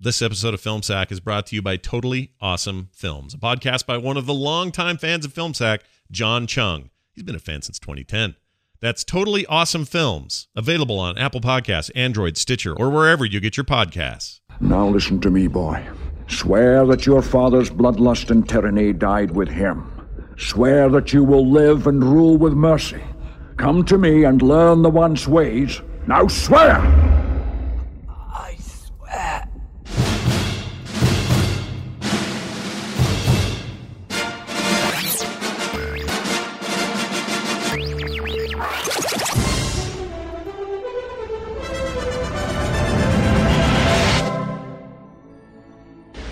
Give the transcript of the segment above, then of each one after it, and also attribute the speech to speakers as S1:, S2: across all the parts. S1: This episode of Film Sack is brought to you by Totally Awesome Films, a podcast by one of the longtime fans of Film Sack, John Chung. He's been a fan since 2010. That's Totally Awesome Films, available on Apple Podcasts, Android, Stitcher, or wherever you get your podcasts.
S2: Now listen to me, boy. Swear that your father's bloodlust and tyranny died with him. Swear that you will live and rule with mercy. Come to me and learn the one's ways. Now swear!
S3: I swear.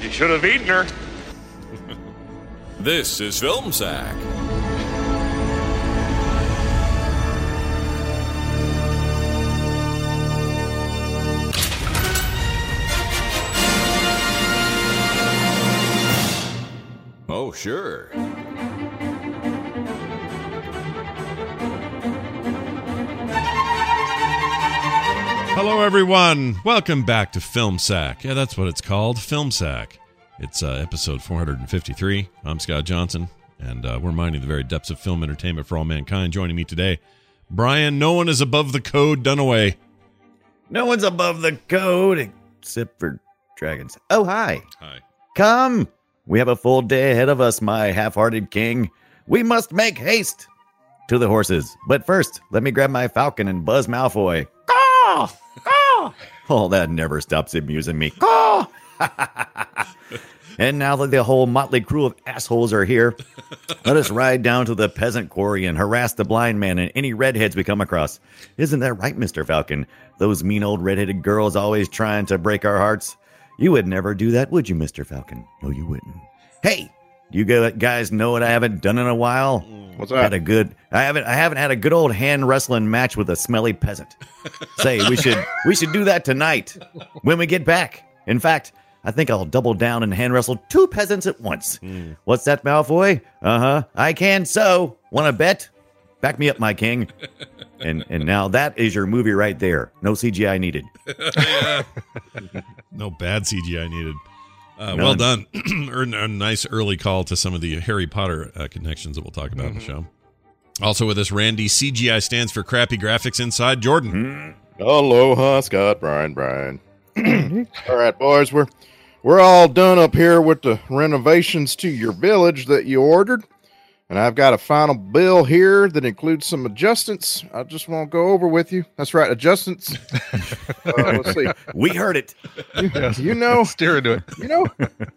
S4: You should have eaten her.
S5: This is Film Sack. Oh, sure.
S1: Hello, everyone. Welcome back to Film Sack. Yeah, that's what it's called, Film Sack. It's uh, episode 453. I'm Scott Johnson, and uh, we're mining the very depths of film entertainment for all mankind. Joining me today, Brian. No one is above the code. Dunaway.
S6: No one's above the code except for dragons. Oh, hi.
S1: Hi.
S6: Come. We have a full day ahead of us, my half hearted king. We must make haste to the horses. But first, let me grab my falcon and Buzz Malfoy. Caw! Caw! Oh, that never stops amusing me. Caw! and now that the whole motley crew of assholes are here, let us ride down to the peasant quarry and harass the blind man and any redheads we come across. Isn't that right, Mr. Falcon? Those mean old redheaded girls always trying to break our hearts. You would never do that, would you, Mr. Falcon? No, you wouldn't. Hey, you go- guys know what I haven't done in a while? What's that? Had a good I haven't I haven't had a good old hand wrestling match with a smelly peasant. Say we should we should do that tonight when we get back. In fact, I think I'll double down and hand wrestle two peasants at once. What's that, Malfoy? Uh huh. I can so. Want to bet? Back me up, my king. and and now that is your movie right there. No CGI needed.
S1: No bad CGI needed. Uh,
S6: None.
S1: well done. Earned a nice early call to some of the Harry Potter uh, connections that we'll talk about in the show. Also with us, Randy. CGI stands for crappy graphics inside Jordan.
S7: Aloha, Scott, Brian, Brian. all right, boys, we're we're all done up here with the renovations to your village that you ordered, and I've got a final bill here that includes some adjustments. I just want to go over with you. That's right, adjustments. uh, let's see.
S6: We heard it.
S7: You know,
S8: steer into it.
S7: you know,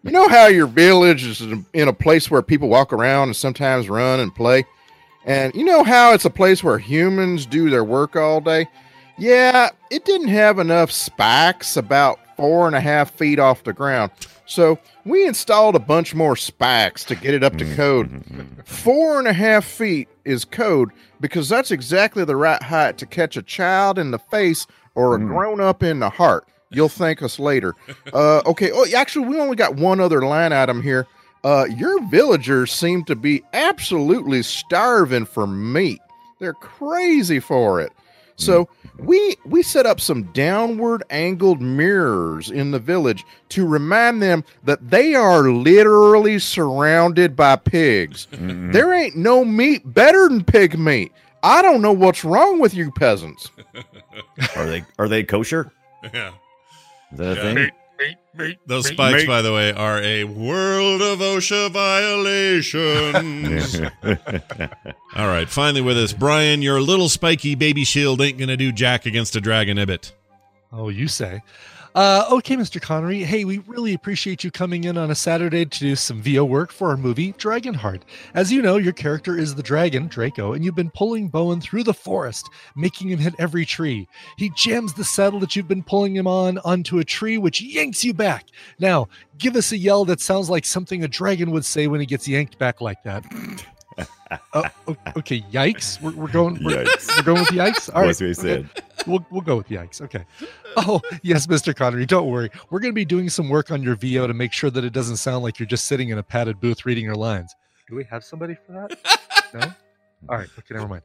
S7: you know how your village is in in a place where people walk around and sometimes run and play, and you know how it's a place where humans do their work all day. Yeah, it didn't have enough spikes about four and a half feet off the ground, so we installed a bunch more spikes to get it up
S8: Mm-hmm,
S7: to code. Four and a half feet is code because that's exactly the right height to catch a child in the face or a grown up in the heart. You'll thank us later. Uh, okay. Oh, actually, we only got one other line item here. Uh, your villagers seem to be absolutely starving for meat. They're crazy for it. So we we set up some downward angled mirrors in the village to remind them that they are literally surrounded by pigs. Mm-hmm. There ain't no meat better than pig meat. I don't know what's wrong with you peasants.
S6: Are they are they kosher?
S1: Yeah.
S6: Is that a thing?
S1: Those spikes, by the way, are a world of OSHA violations. All right, finally with us, Brian. Your little spiky baby shield ain't gonna do jack against a dragon ibit.
S8: Oh, you say. Uh, okay, Mr. Connery. Hey, we really appreciate you coming in on a Saturday to do some VO work for our movie Dragonheart. As you know, your character is the dragon, Draco, and you've been pulling Bowen through the forest, making him hit every tree. He jams the saddle that you've been pulling him on onto a tree, which yanks you back. Now, give us a yell that sounds like something a dragon would say when he gets yanked back like that. Oh, o- okay, yikes. We're, we're going. We're,
S6: Yikes.
S8: we're going with yikes. All right,
S6: That's what he
S8: okay
S6: said.
S8: we'll, we'll go with yikes. Okay. Oh, yes, Mr. Connery, don't worry. We're going to be doing some work on your VO to make sure that it doesn't sound like you're just sitting in a padded booth reading your lines. Do we have somebody for that? no? All right. Okay, never mind.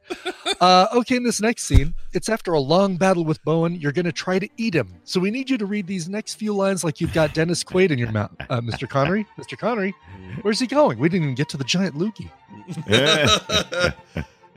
S8: Uh, okay, in this next scene, it's after a long battle with Bowen. You're going to try to eat him. So we need you to read these next few lines like you've got Dennis Quaid in your mouth. Uh, Mr. Connery? Mr. Connery? Where's he going? We didn't even get to the giant Lukey.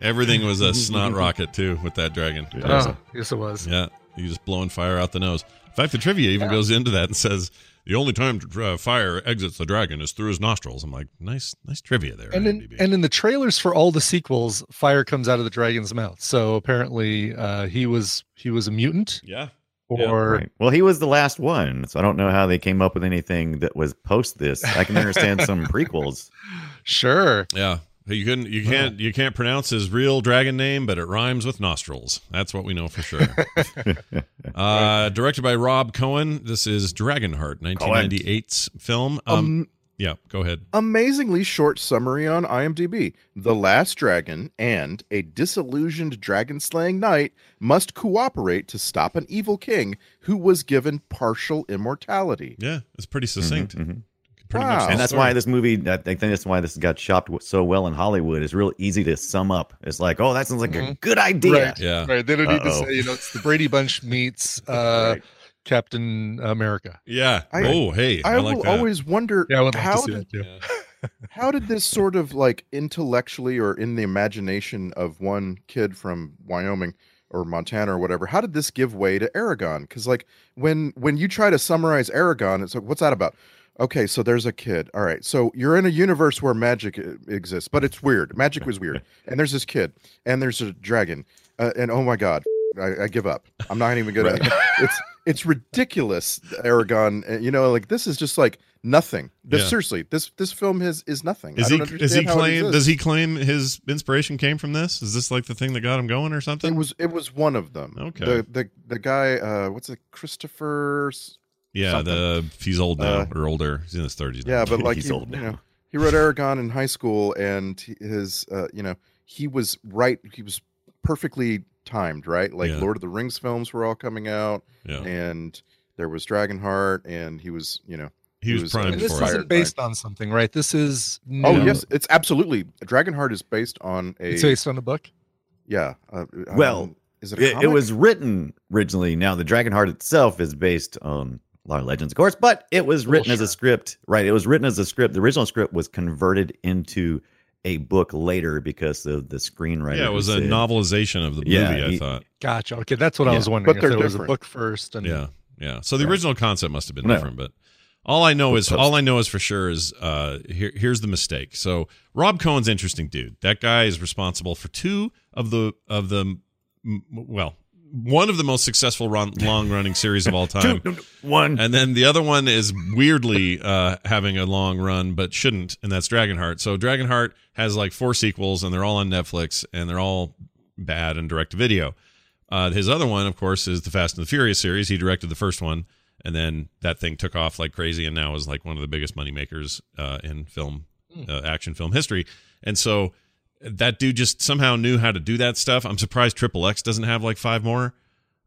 S1: Everything was a snot rocket too with that dragon.
S8: Oh, yes, it was.
S1: Yeah, you just blowing fire out the nose. In fact, the trivia even goes into that and says the only time uh, fire exits the dragon is through his nostrils. I'm like, nice, nice trivia there.
S8: And in,
S1: IMDb.
S8: and in the trailers for all the sequels, fire comes out of the dragon's mouth. So apparently, uh, he was he was a mutant,
S1: yeah, Yeah.
S8: or
S6: Right. Well, he was the last one, so I don't know how they came up with anything that was post this. I can understand some prequels.
S8: sure,
S1: yeah. Hey, You couldn't, you can't, you can't pronounce his real dragon name, but it rhymes with nostrils. That's what we know for sure. uh, directed by Rob Cohen. This is Dragonheart, 1998's film. Um,
S7: Um,
S1: yeah, go ahead.
S7: amazingly short summary on IMDb. The last dragon and a disillusioned dragon slaying knight must cooperate to stop an evil king who was given partial immortality.
S1: Yeah, it's pretty succinct.
S6: Mhm, mhm.
S1: Pretty
S7: Wow.
S1: much, the
S6: And that's
S1: story.
S6: why this movie, I think that's why this got shopped so well in Hollywood. It's real easy to sum up. It's like, oh, that sounds like a
S1: Mm-hmm.
S8: Mhm.
S6: good idea.
S8: Right.
S1: Yeah,
S8: right? They don't need
S6: Uh-oh.
S8: to say you know it's the Brady Bunch meets uh, Captain America.
S1: yeah.
S7: I-
S1: oh, hey, I,
S7: I,
S1: like
S7: will
S1: that.
S7: always wonder
S8: Yeah, I would like
S7: how
S8: to see
S7: did
S8: that too.
S1: Yeah.
S7: how did this sort of like intellectually or in the imagination of one kid from Wyoming or Montana or whatever, how did this give way to Aragon? Because like when when you try to summarize Aragon, it's like, what's that about? Okay, so there's a kid. All right, so you're in a universe where magic uh, exists, but it's weird. Magic was weird, and there's this kid, and there's a dragon, uh, and oh my god, I, I give up. I'm not even gonna. It's it's ridiculous, Aragon. uh, You know, like this is just like nothing. This-
S1: Yeah.
S7: Seriously, this this film has is nothing.
S1: Is
S7: I
S1: he?
S7: don't
S1: Does he
S7: understand how it
S1: claim?
S7: exists.
S1: Does he claim his inspiration came from this? Is this like the thing that got him going or something?
S7: It was it was one of them.
S1: Okay.
S7: The the the guy. Uh, what's it? Christopher. S-
S1: yeah,
S7: something.
S1: the he's old now
S7: Uh,
S1: or older. He's in his thirties.
S7: Yeah, but like
S6: He's
S7: he,
S6: old
S7: you
S6: now.
S7: know, he wrote Aragon in high school, and he- his uh, you know he was right. He was perfectly timed, right? Like
S1: Yeah.
S7: Lord of the Rings films were all coming out,
S1: yeah.
S7: and there was Dragonheart, and he was you know.
S1: he was,
S7: was, uh,
S1: primed
S8: And
S1: for
S8: this
S7: Fired,
S1: it.
S7: right.
S8: isn't based on something, right? This is
S7: Oh
S8: new.
S7: yes, it's absolutely Dragonheart is based on a
S8: it's based on a book.
S7: yeah. Uh, I
S6: Well,
S7: don't- is it a
S6: It, it
S7: comic?
S6: was written originally. Now, the Dragonheart itself is based on a lot of legends, of course, but it was written as a
S8: sure.
S6: script. Right. It was written as a script. The original script was converted into a book later because of the screenwriter.
S1: Yeah, it
S6: who
S1: was a
S6: said-
S1: novelization of the movie.
S6: Yeah,
S1: I
S6: he-
S1: thought.
S8: Gotcha. Okay, that's what I
S6: Yeah.
S8: was wondering.
S7: But
S8: If
S7: they're
S8: there was a
S7: different.
S8: book first, and
S1: Yeah, yeah. So the
S6: Right.
S1: original concept must have been
S6: No.
S1: different, but all I know
S6: But
S1: is
S6: post-
S1: all I know is for sure is uh, here, here's the mistake. So Rob Cohen's interesting dude. That guy is responsible for two of the of the m- m- well one of the most successful run, long running series of all time.
S6: Two, one.
S1: And then the other one is weirdly uh, having a long run, but shouldn't, and that's Dragonheart. So Dragonheart has like four sequels, and they're all on Netflix, and they're all bad and direct to video. Uh, his other one, of course, is the Fast and the Furious series. He directed the first one, and then that thing took off like crazy, and now is like one of the biggest money makers uh, in film,
S8: Hmm.
S1: uh, action film history. And so that dude just somehow knew how to do that stuff. I'm surprised Triple X doesn't have like five more.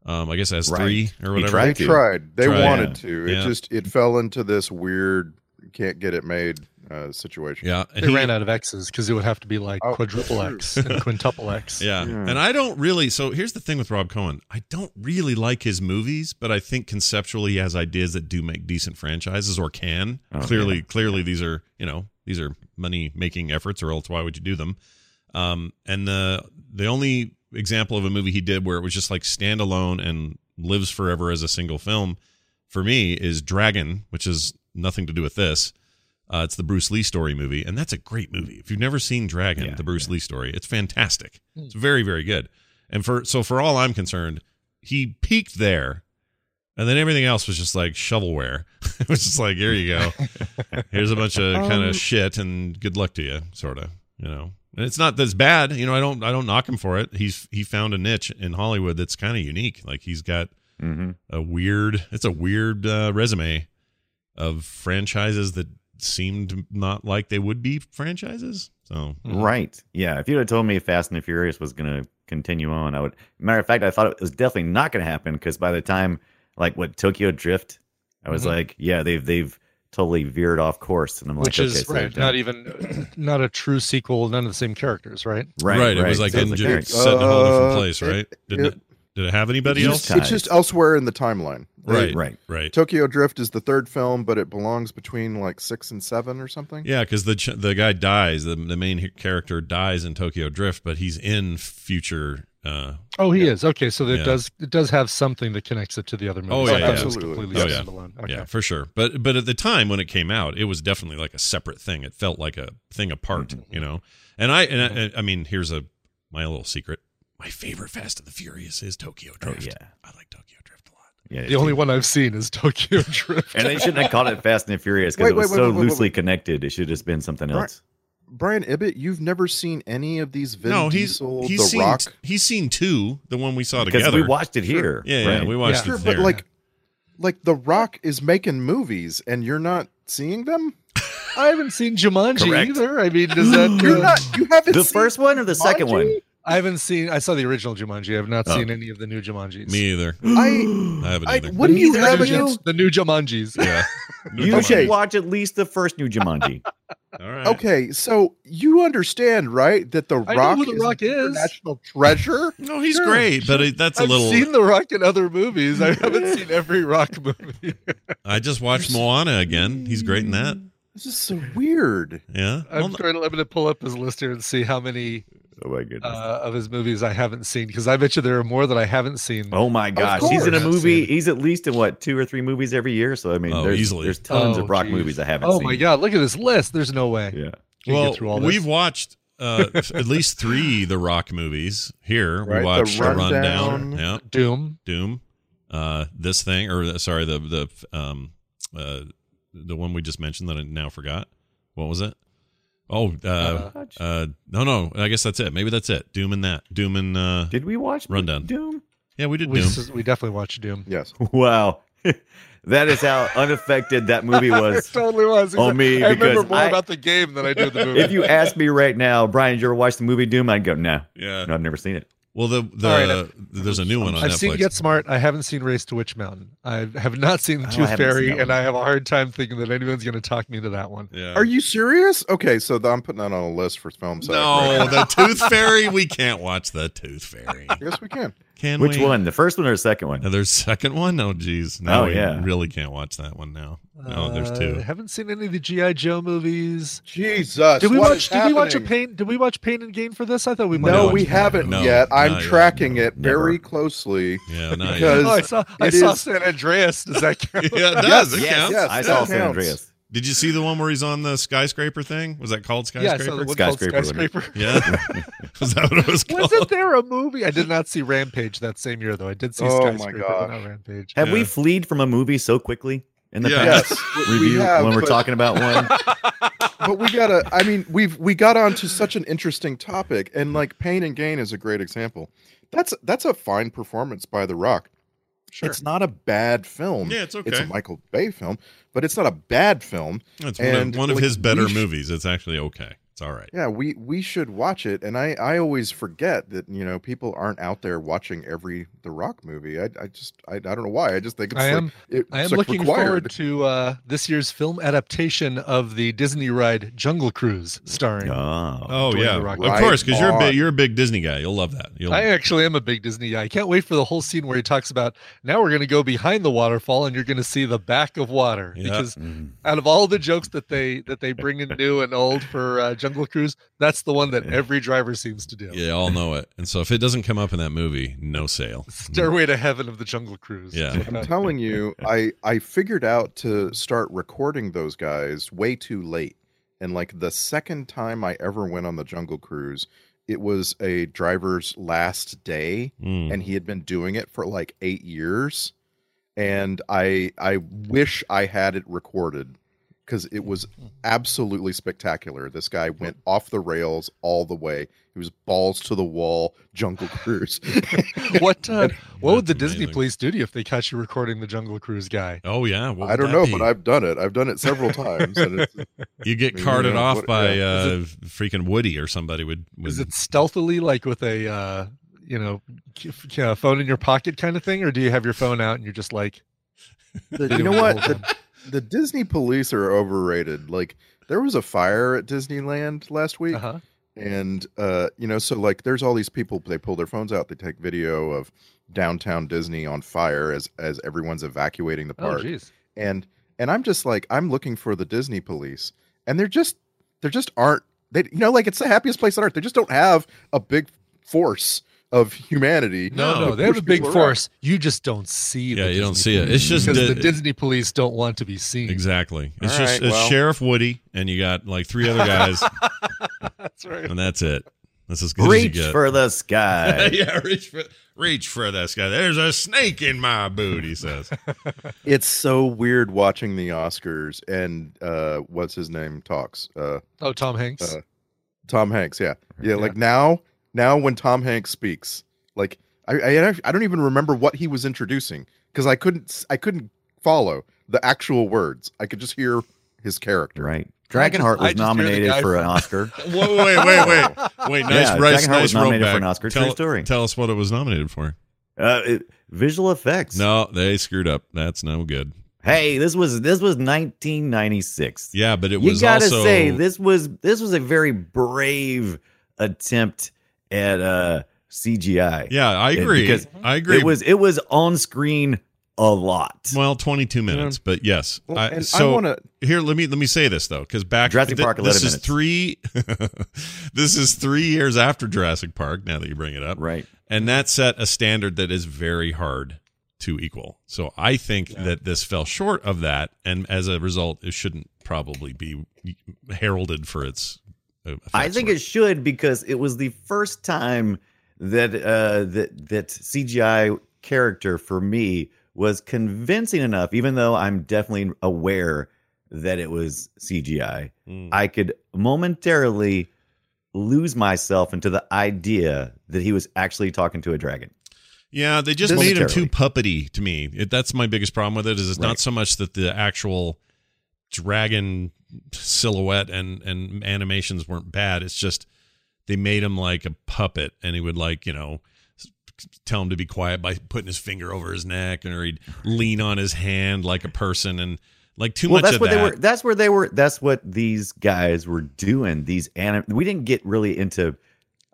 S1: Um, I guess it has
S6: Right.
S1: three or
S6: He
S1: whatever.
S6: tried
S7: They
S6: to.
S7: tried. They
S1: Tried.
S7: wanted to. It
S1: Yeah.
S7: just it fell into this weird can't get it made uh, situation.
S1: Yeah, and
S8: they
S1: he-
S8: ran out of X's because it would have to be like
S7: Oh,
S8: quadruple X and quintuple X.
S1: Yeah.
S7: Yeah.
S1: And I don't really so here's the thing with Rob Cohen. I don't really like his movies, but I think conceptually he has ideas that do make decent franchises or can.
S6: Oh,
S1: clearly clearly these are, you know, these are money making efforts or else why would you do them? Um and the the only example of a movie he did where it was just like standalone and lives forever as a single film for me is Dragon, which is nothing to do with this. Uh, it's the Bruce Lee story movie, and that's a great movie. If you've never seen Dragon,
S6: Yeah,
S1: the Bruce Lee story, it's fantastic. It's very, very good. And for so for all I'm concerned, he peaked there, and then everything else was just like shovelware. it was just like here you go, here's a bunch of kind
S7: Um,
S1: of shit, and good luck to you, sort of. You know, and it's not that's bad. You know, I don't I don't knock him for it. He's he found a niche in Hollywood that's kind of unique. Like he's got
S6: Mhm.
S1: a weird it's a weird uh, resume of franchises that seemed not like they would be franchises so
S6: Right. Yeah. If you would have told me Fast and the Furious was going to continue on, I would. Matter of fact, I thought it was definitely not going to happen because by the time, like, what Tokyo Drift, I was
S8: Mhm.
S1: Mm-hmm.
S6: like, yeah, they've they've totally veered off course. And I'm like,
S8: which
S6: okay,
S8: is
S6: so
S8: right,
S6: they're
S8: not
S6: done.
S8: even not a true sequel. None of the same characters, right?
S1: Right. It was like
S6: So it's
S1: didn't
S6: all right.
S1: just set in a whole different
S7: Uh,
S1: place, right?
S7: it-
S1: Didn't it, did it have anybody
S6: Just
S1: else?
S6: time.
S7: It's just elsewhere in the timeline.
S1: Right.
S6: Right.
S1: Right.
S7: Tokyo Drift is the third film, but it belongs between like six and seven or something.
S1: Yeah, because the ch- the guy dies. The the main h- character dies in Tokyo Drift, but he's in future. Uh,
S8: Oh, he is okay. So it
S1: Yeah.
S8: does it does have something that connects it to the other movie.
S1: Oh, yeah, yeah.
S7: Absolutely.
S1: Oh, yeah.
S8: standalone. Okay.
S1: Yeah, for sure. But but at the time when it came out, it was definitely like a separate thing. It felt like a thing apart, you know. And I and I, I mean, here's a my little secret. My favorite Fast and the Furious is Tokyo Drift.
S6: yeah.
S1: I like Tokyo Drift a lot.
S6: Yeah,
S8: The only one I've seen is Tokyo Drift.
S6: and they shouldn't have called it Fast and Furious because
S7: Wait,
S6: it was
S7: wait, wait,
S6: so
S7: wait, wait, wait.
S6: loosely connected. It should have just been something
S7: Right.
S6: else.
S7: Brian Ibbett, you've never seen any of these Vin
S1: no, he's
S7: Diesel,
S1: he's
S7: The
S1: seen
S7: Rock.
S1: he's seen two, the one we saw
S6: Because
S1: together.
S6: we watched it here.
S1: yeah, yeah,
S6: right?
S1: we watched
S8: Yeah.
S1: it
S7: Sure,
S1: there.
S7: but like, like The Rock is making movies, and you're not seeing them.
S8: I haven't seen Jumanji
S6: Correct.
S8: either. I mean, does that?
S7: You're
S8: uh,
S7: not. You haven't.
S6: the
S7: seen
S6: first one or the second one?
S7: Jumanji?
S8: I haven't seen. I saw the original Jumanji. I've not
S6: Oh.
S8: seen any of the new Jumanjis.
S1: me either.
S7: I.
S1: I haven't
S7: I
S1: either.
S7: what do you
S8: The
S7: have
S8: new
S7: against?
S8: Jum- the new Jumanjis?
S1: yeah.
S6: You
S1: Okay.
S6: should watch at least the first new Jumanji.
S1: All right.
S7: Okay, so you understand, right? That The
S8: I
S7: Rock
S8: know who the
S7: is
S8: Rock is.
S7: national treasure.
S1: No, he's
S8: Sure,
S1: great, but it, that's a
S8: I've
S1: little.
S8: seen The Rock in other movies. I haven't seen every Rock movie.
S1: I just watched Moana again. He's great in that.
S7: This is so weird.
S1: Yeah.
S8: I'm
S1: Well,
S8: trying. To, I'm going to pull up his list here and see how many
S6: oh my goodness.
S8: uh, of his movies I haven't seen because I bet you there are more that I haven't seen.
S6: Oh my gosh, he's in a
S8: course.
S6: movie. He's at least in what two or three movies every year. So I mean,
S1: Oh,
S6: there's,
S1: easily.
S6: there's tons
S8: Oh,
S6: of Brock
S8: geez.
S6: movies I haven't.
S8: Oh
S6: seen.
S8: my god! Look at this list. There's no way.
S6: Yeah,
S8: You can get through all
S1: well,
S8: this.
S1: we've watched uh, at least three The Rock movies here.
S7: Right,
S1: We
S7: The
S1: watched The Rundown,
S7: Rundown.
S1: yeah,
S8: Doom.
S1: Doom, uh, this thing, or uh, sorry, the the um, uh, the one we just mentioned that I now forgot. What was it? Oh, uh,
S6: Uh,
S1: uh, no, no. I guess that's it. Maybe that's it. Doom and that. Doom and uh,
S6: did we watch
S1: Rundown.
S6: Doom?
S1: yeah, we did
S8: We,
S1: Doom.
S8: s- we definitely watched Doom.
S7: Yes.
S6: Wow, that is how unaffected that movie was.
S8: totally was.
S6: On me,
S8: I remember
S6: because
S8: more
S6: I-
S8: about the game than I do the movie.
S6: if you asked me right now, Brian, did you ever watch the movie Doom? I'd go, no,
S1: Yeah.
S6: no, I've never seen it.
S1: Well, the the
S8: All right, I've-
S1: there's a new one on
S8: I've
S1: Netflix.
S8: seen Get Smart. I haven't seen Race to Witch Mountain. I have not seen The
S6: Oh, I
S8: Tooth
S6: haven't seen
S8: Fairy,
S6: that
S8: and
S6: one.
S8: I have a hard time thinking that anyone's going to talk me to that one.
S1: yeah.
S7: Are you serious? Okay, so the, I'm putting that on a list for film. site,
S1: No,
S7: right?
S1: the Tooth Fairy. We can't watch the Tooth Fairy.
S7: yes, we can.
S1: Can
S6: Which
S1: we?
S6: one? The first one or the second one?
S1: Now, there's second one. Oh, geez. Now
S6: Oh,
S1: we
S6: yeah.
S1: really can't watch that one now. No, there's
S8: Uh,
S1: two.
S8: haven't seen any of the GI Joe movies.
S7: Jesus.
S8: Did we
S7: what
S8: watch?
S7: is
S8: Did we watch a
S7: happening?
S8: pain? Did we watch Pain and Gain for this? I thought we might.
S7: No,
S1: No,
S8: have
S7: we
S8: watched-
S7: haven't
S1: no,
S7: yet. I'm
S1: not yet,
S7: tracking it
S6: never.
S7: very closely.
S1: Yeah, not
S7: Because-
S1: yet.
S8: Oh, I saw. I
S7: It
S8: saw
S7: is-
S8: San Andreas. Does that count?
S1: Yeah, it does. it
S6: yes,
S1: counts.
S7: yes,
S6: I
S7: that
S6: saw San
S7: counts.
S6: Andreas.
S1: Did you see the one where he's on the skyscraper thing? Was that called
S8: Yeah, I
S1: skyscraper?
S8: saw the one called
S6: Skyscraper, wasn't it?
S8: skyscraper.
S1: Yeah. Was that what it was called?
S8: Wasn't there a movie? I did not see Rampage that same year, though. I did see
S7: Oh my
S8: Skyscraper, but
S7: gosh.
S8: not Rampage.
S6: Have we
S1: Yeah.
S6: fleed from a movie so quickly in the
S1: Yeah.
S6: past
S7: Yes, we- we
S6: review
S7: have,
S6: when we're
S7: but-
S6: talking about one?
S7: but we gotta i mean we've we got onto such an interesting topic and like pain and gain is a great example that's that's a fine performance by the rock
S8: Sure.
S7: it's not a bad film
S1: Yeah, it's
S7: it's
S1: okay.
S7: a michael bay film but it's not a bad film
S1: It's one of,
S7: And,
S1: one of
S7: like,
S1: his better
S7: we sh-
S1: movies. It's actually okay. It's all right.
S7: yeah we we should watch it and i i always forget that you know people aren't out there watching every the rock movie i, I just I, I don't know why i just think it's
S8: I
S7: like-
S8: am-
S7: it's
S8: I am
S7: like
S8: looking
S7: required.
S8: forward to uh, this year's film adaptation of the Disney ride Jungle Cruise, starring.
S6: Oh,
S1: Oh
S8: Dwayne
S1: yeah,
S8: The Rock
S1: of
S7: Johnson.
S1: course, because you're a
S7: Right
S1: big
S7: on.
S1: you're a big Disney guy. You'll love that. You'll
S8: I actually am a big Disney guy. I can't wait for the whole scene where he talks about now we're going to go behind the waterfall and you're going to see the back of water
S1: Yeah.
S8: because
S6: Mm.
S8: out of all the jokes that they that they bring in new and old for uh, Jungle Cruise, that's the one that every driver seems to do.
S1: yeah, all know it. And so if it doesn't come up in that movie, no sale.
S8: Stairway to Heaven of the Jungle Cruise.
S1: Yeah.
S7: I'm telling you, I I figured out to start recording those guys way too late. And like the second time I ever went on the Jungle Cruise, it was a driver's last day,
S1: Mm.
S7: and he had been doing it for like eight years. And I I wish I had it recorded because it was absolutely spectacular. This guy went off the rails all the way. He was balls to the wall Jungle Cruise.
S8: what uh, what would the
S1: Mm. That's
S8: Disney
S1: amazing.
S8: police do to you if they catch you recording the Jungle Cruise guy?
S1: Oh yeah, What
S7: I
S1: would
S7: don't
S1: that
S7: know,
S1: be?
S7: but I've done it. I've done it several times. And it's,
S1: you get
S7: Yeah,
S1: carted
S7: yeah,
S1: off
S7: what-
S1: by
S7: yeah.
S1: uh, freaking Woody or somebody would. would
S8: Is it stealthily like with a uh, you know c- c- uh, phone in your pocket kind of thing, or do you have your phone out and you're just like
S7: you know what? The, the Disney police are overrated. Like there was a fire at Disneyland last week,
S8: Uh-huh.
S7: and uh, you know, so like there's all these people. They pull their phones out. They take video of downtown Disney on fire as as everyone's evacuating the
S8: Oh,
S7: park.
S8: jeez.
S7: and and I'm just like I'm looking for the Disney police, and they're just they're just aren't they? You know, like it's the happiest place on earth. They just don't have a big force of humanity.
S8: No,
S1: No,
S8: no, they have
S7: push
S8: a big
S7: people around.
S8: force. You just don't see.
S1: Yeah,
S8: the
S1: you don't
S8: Disney
S1: see it.
S8: police
S1: It's just
S8: because
S1: the-
S8: the Disney police don't want to be seen.
S1: Exactly. It's
S7: All
S1: just
S7: right,
S1: it's
S7: well.
S1: Sheriff Woody, and you got like three other guys,
S8: That's right.
S1: and that's it. That's as good
S6: Reach
S1: as you get.
S6: for the sky.
S1: yeah, reach for reach for this guy. There's a snake in my boot. He says.
S7: It's so weird watching the Oscars and uh what's his name talks. Uh
S8: Oh, Tom Hanks.
S7: Uh, Tom Hanks, yeah. Yeah, like now now when Tom Hanks speaks, like I I, I don't even remember what he was introducing because I couldn't s- I couldn't follow the actual words. I could just hear his character.
S6: right.
S8: I just-
S6: Dragonheart was
S8: I just hear the
S6: nominated
S8: guy
S6: for
S8: from-
S6: an Oscar.
S1: wait, wait, wait, wait, wait. Nice,
S6: Yeah,
S1: rice,
S6: Dragonheart
S1: nice rollback.
S6: was nominated for an Oscar. True
S1: Tell,
S6: story.
S1: tell us what it was nominated for.
S6: Uh, it- visual effects.
S1: No, they screwed up. That's no good.
S6: Hey, this was this was 1996.
S1: Yeah, but it
S6: you
S1: was
S6: gotta
S1: also
S6: say this was this was a very brave attempt at uh CGI.
S1: Yeah, I
S6: It-
S1: agree.
S6: because
S1: I agree.
S6: It was it was on screen a lot.
S1: well, 22 minutes, but yes.
S7: Well,
S1: I,
S7: and
S1: so
S7: I want to
S1: here, let me let me say this though, because back
S6: Jurassic
S1: thi-
S6: Park, 11
S1: this is
S6: minutes.
S1: three. this is three years after Jurassic Park. Now that you bring it up,
S6: Right.
S1: and that set a standard that is very hard to equal. So I think that this fell short of that, and as a result, it shouldn't probably be heralded for its. uh,
S6: I
S1: effects
S6: think
S1: work.
S6: it should because it was the first time that uh that that CGI character for me was convincing enough, even though I'm definitely aware that it was CGI.
S7: Hmm.
S1: Mm.
S6: I could momentarily lose myself into the idea that he was actually talking to a dragon.
S1: Yeah, they just
S6: This-
S1: made him too
S6: Momentarily.
S1: puppety to me. It, that's my biggest problem with it. Is it's not
S6: Right.
S1: so much that the actual dragon silhouette and and animations weren't bad. It's just they made him like a puppet, and he would like you know s- tell him to be quiet by putting his finger over his neck, and or he'd lean on his hand like a person, and like too
S6: well,
S1: much
S6: that's
S1: of
S6: what
S1: that.
S6: they were. That's where they were. That's what these guys were doing. These anim. We didn't get really into.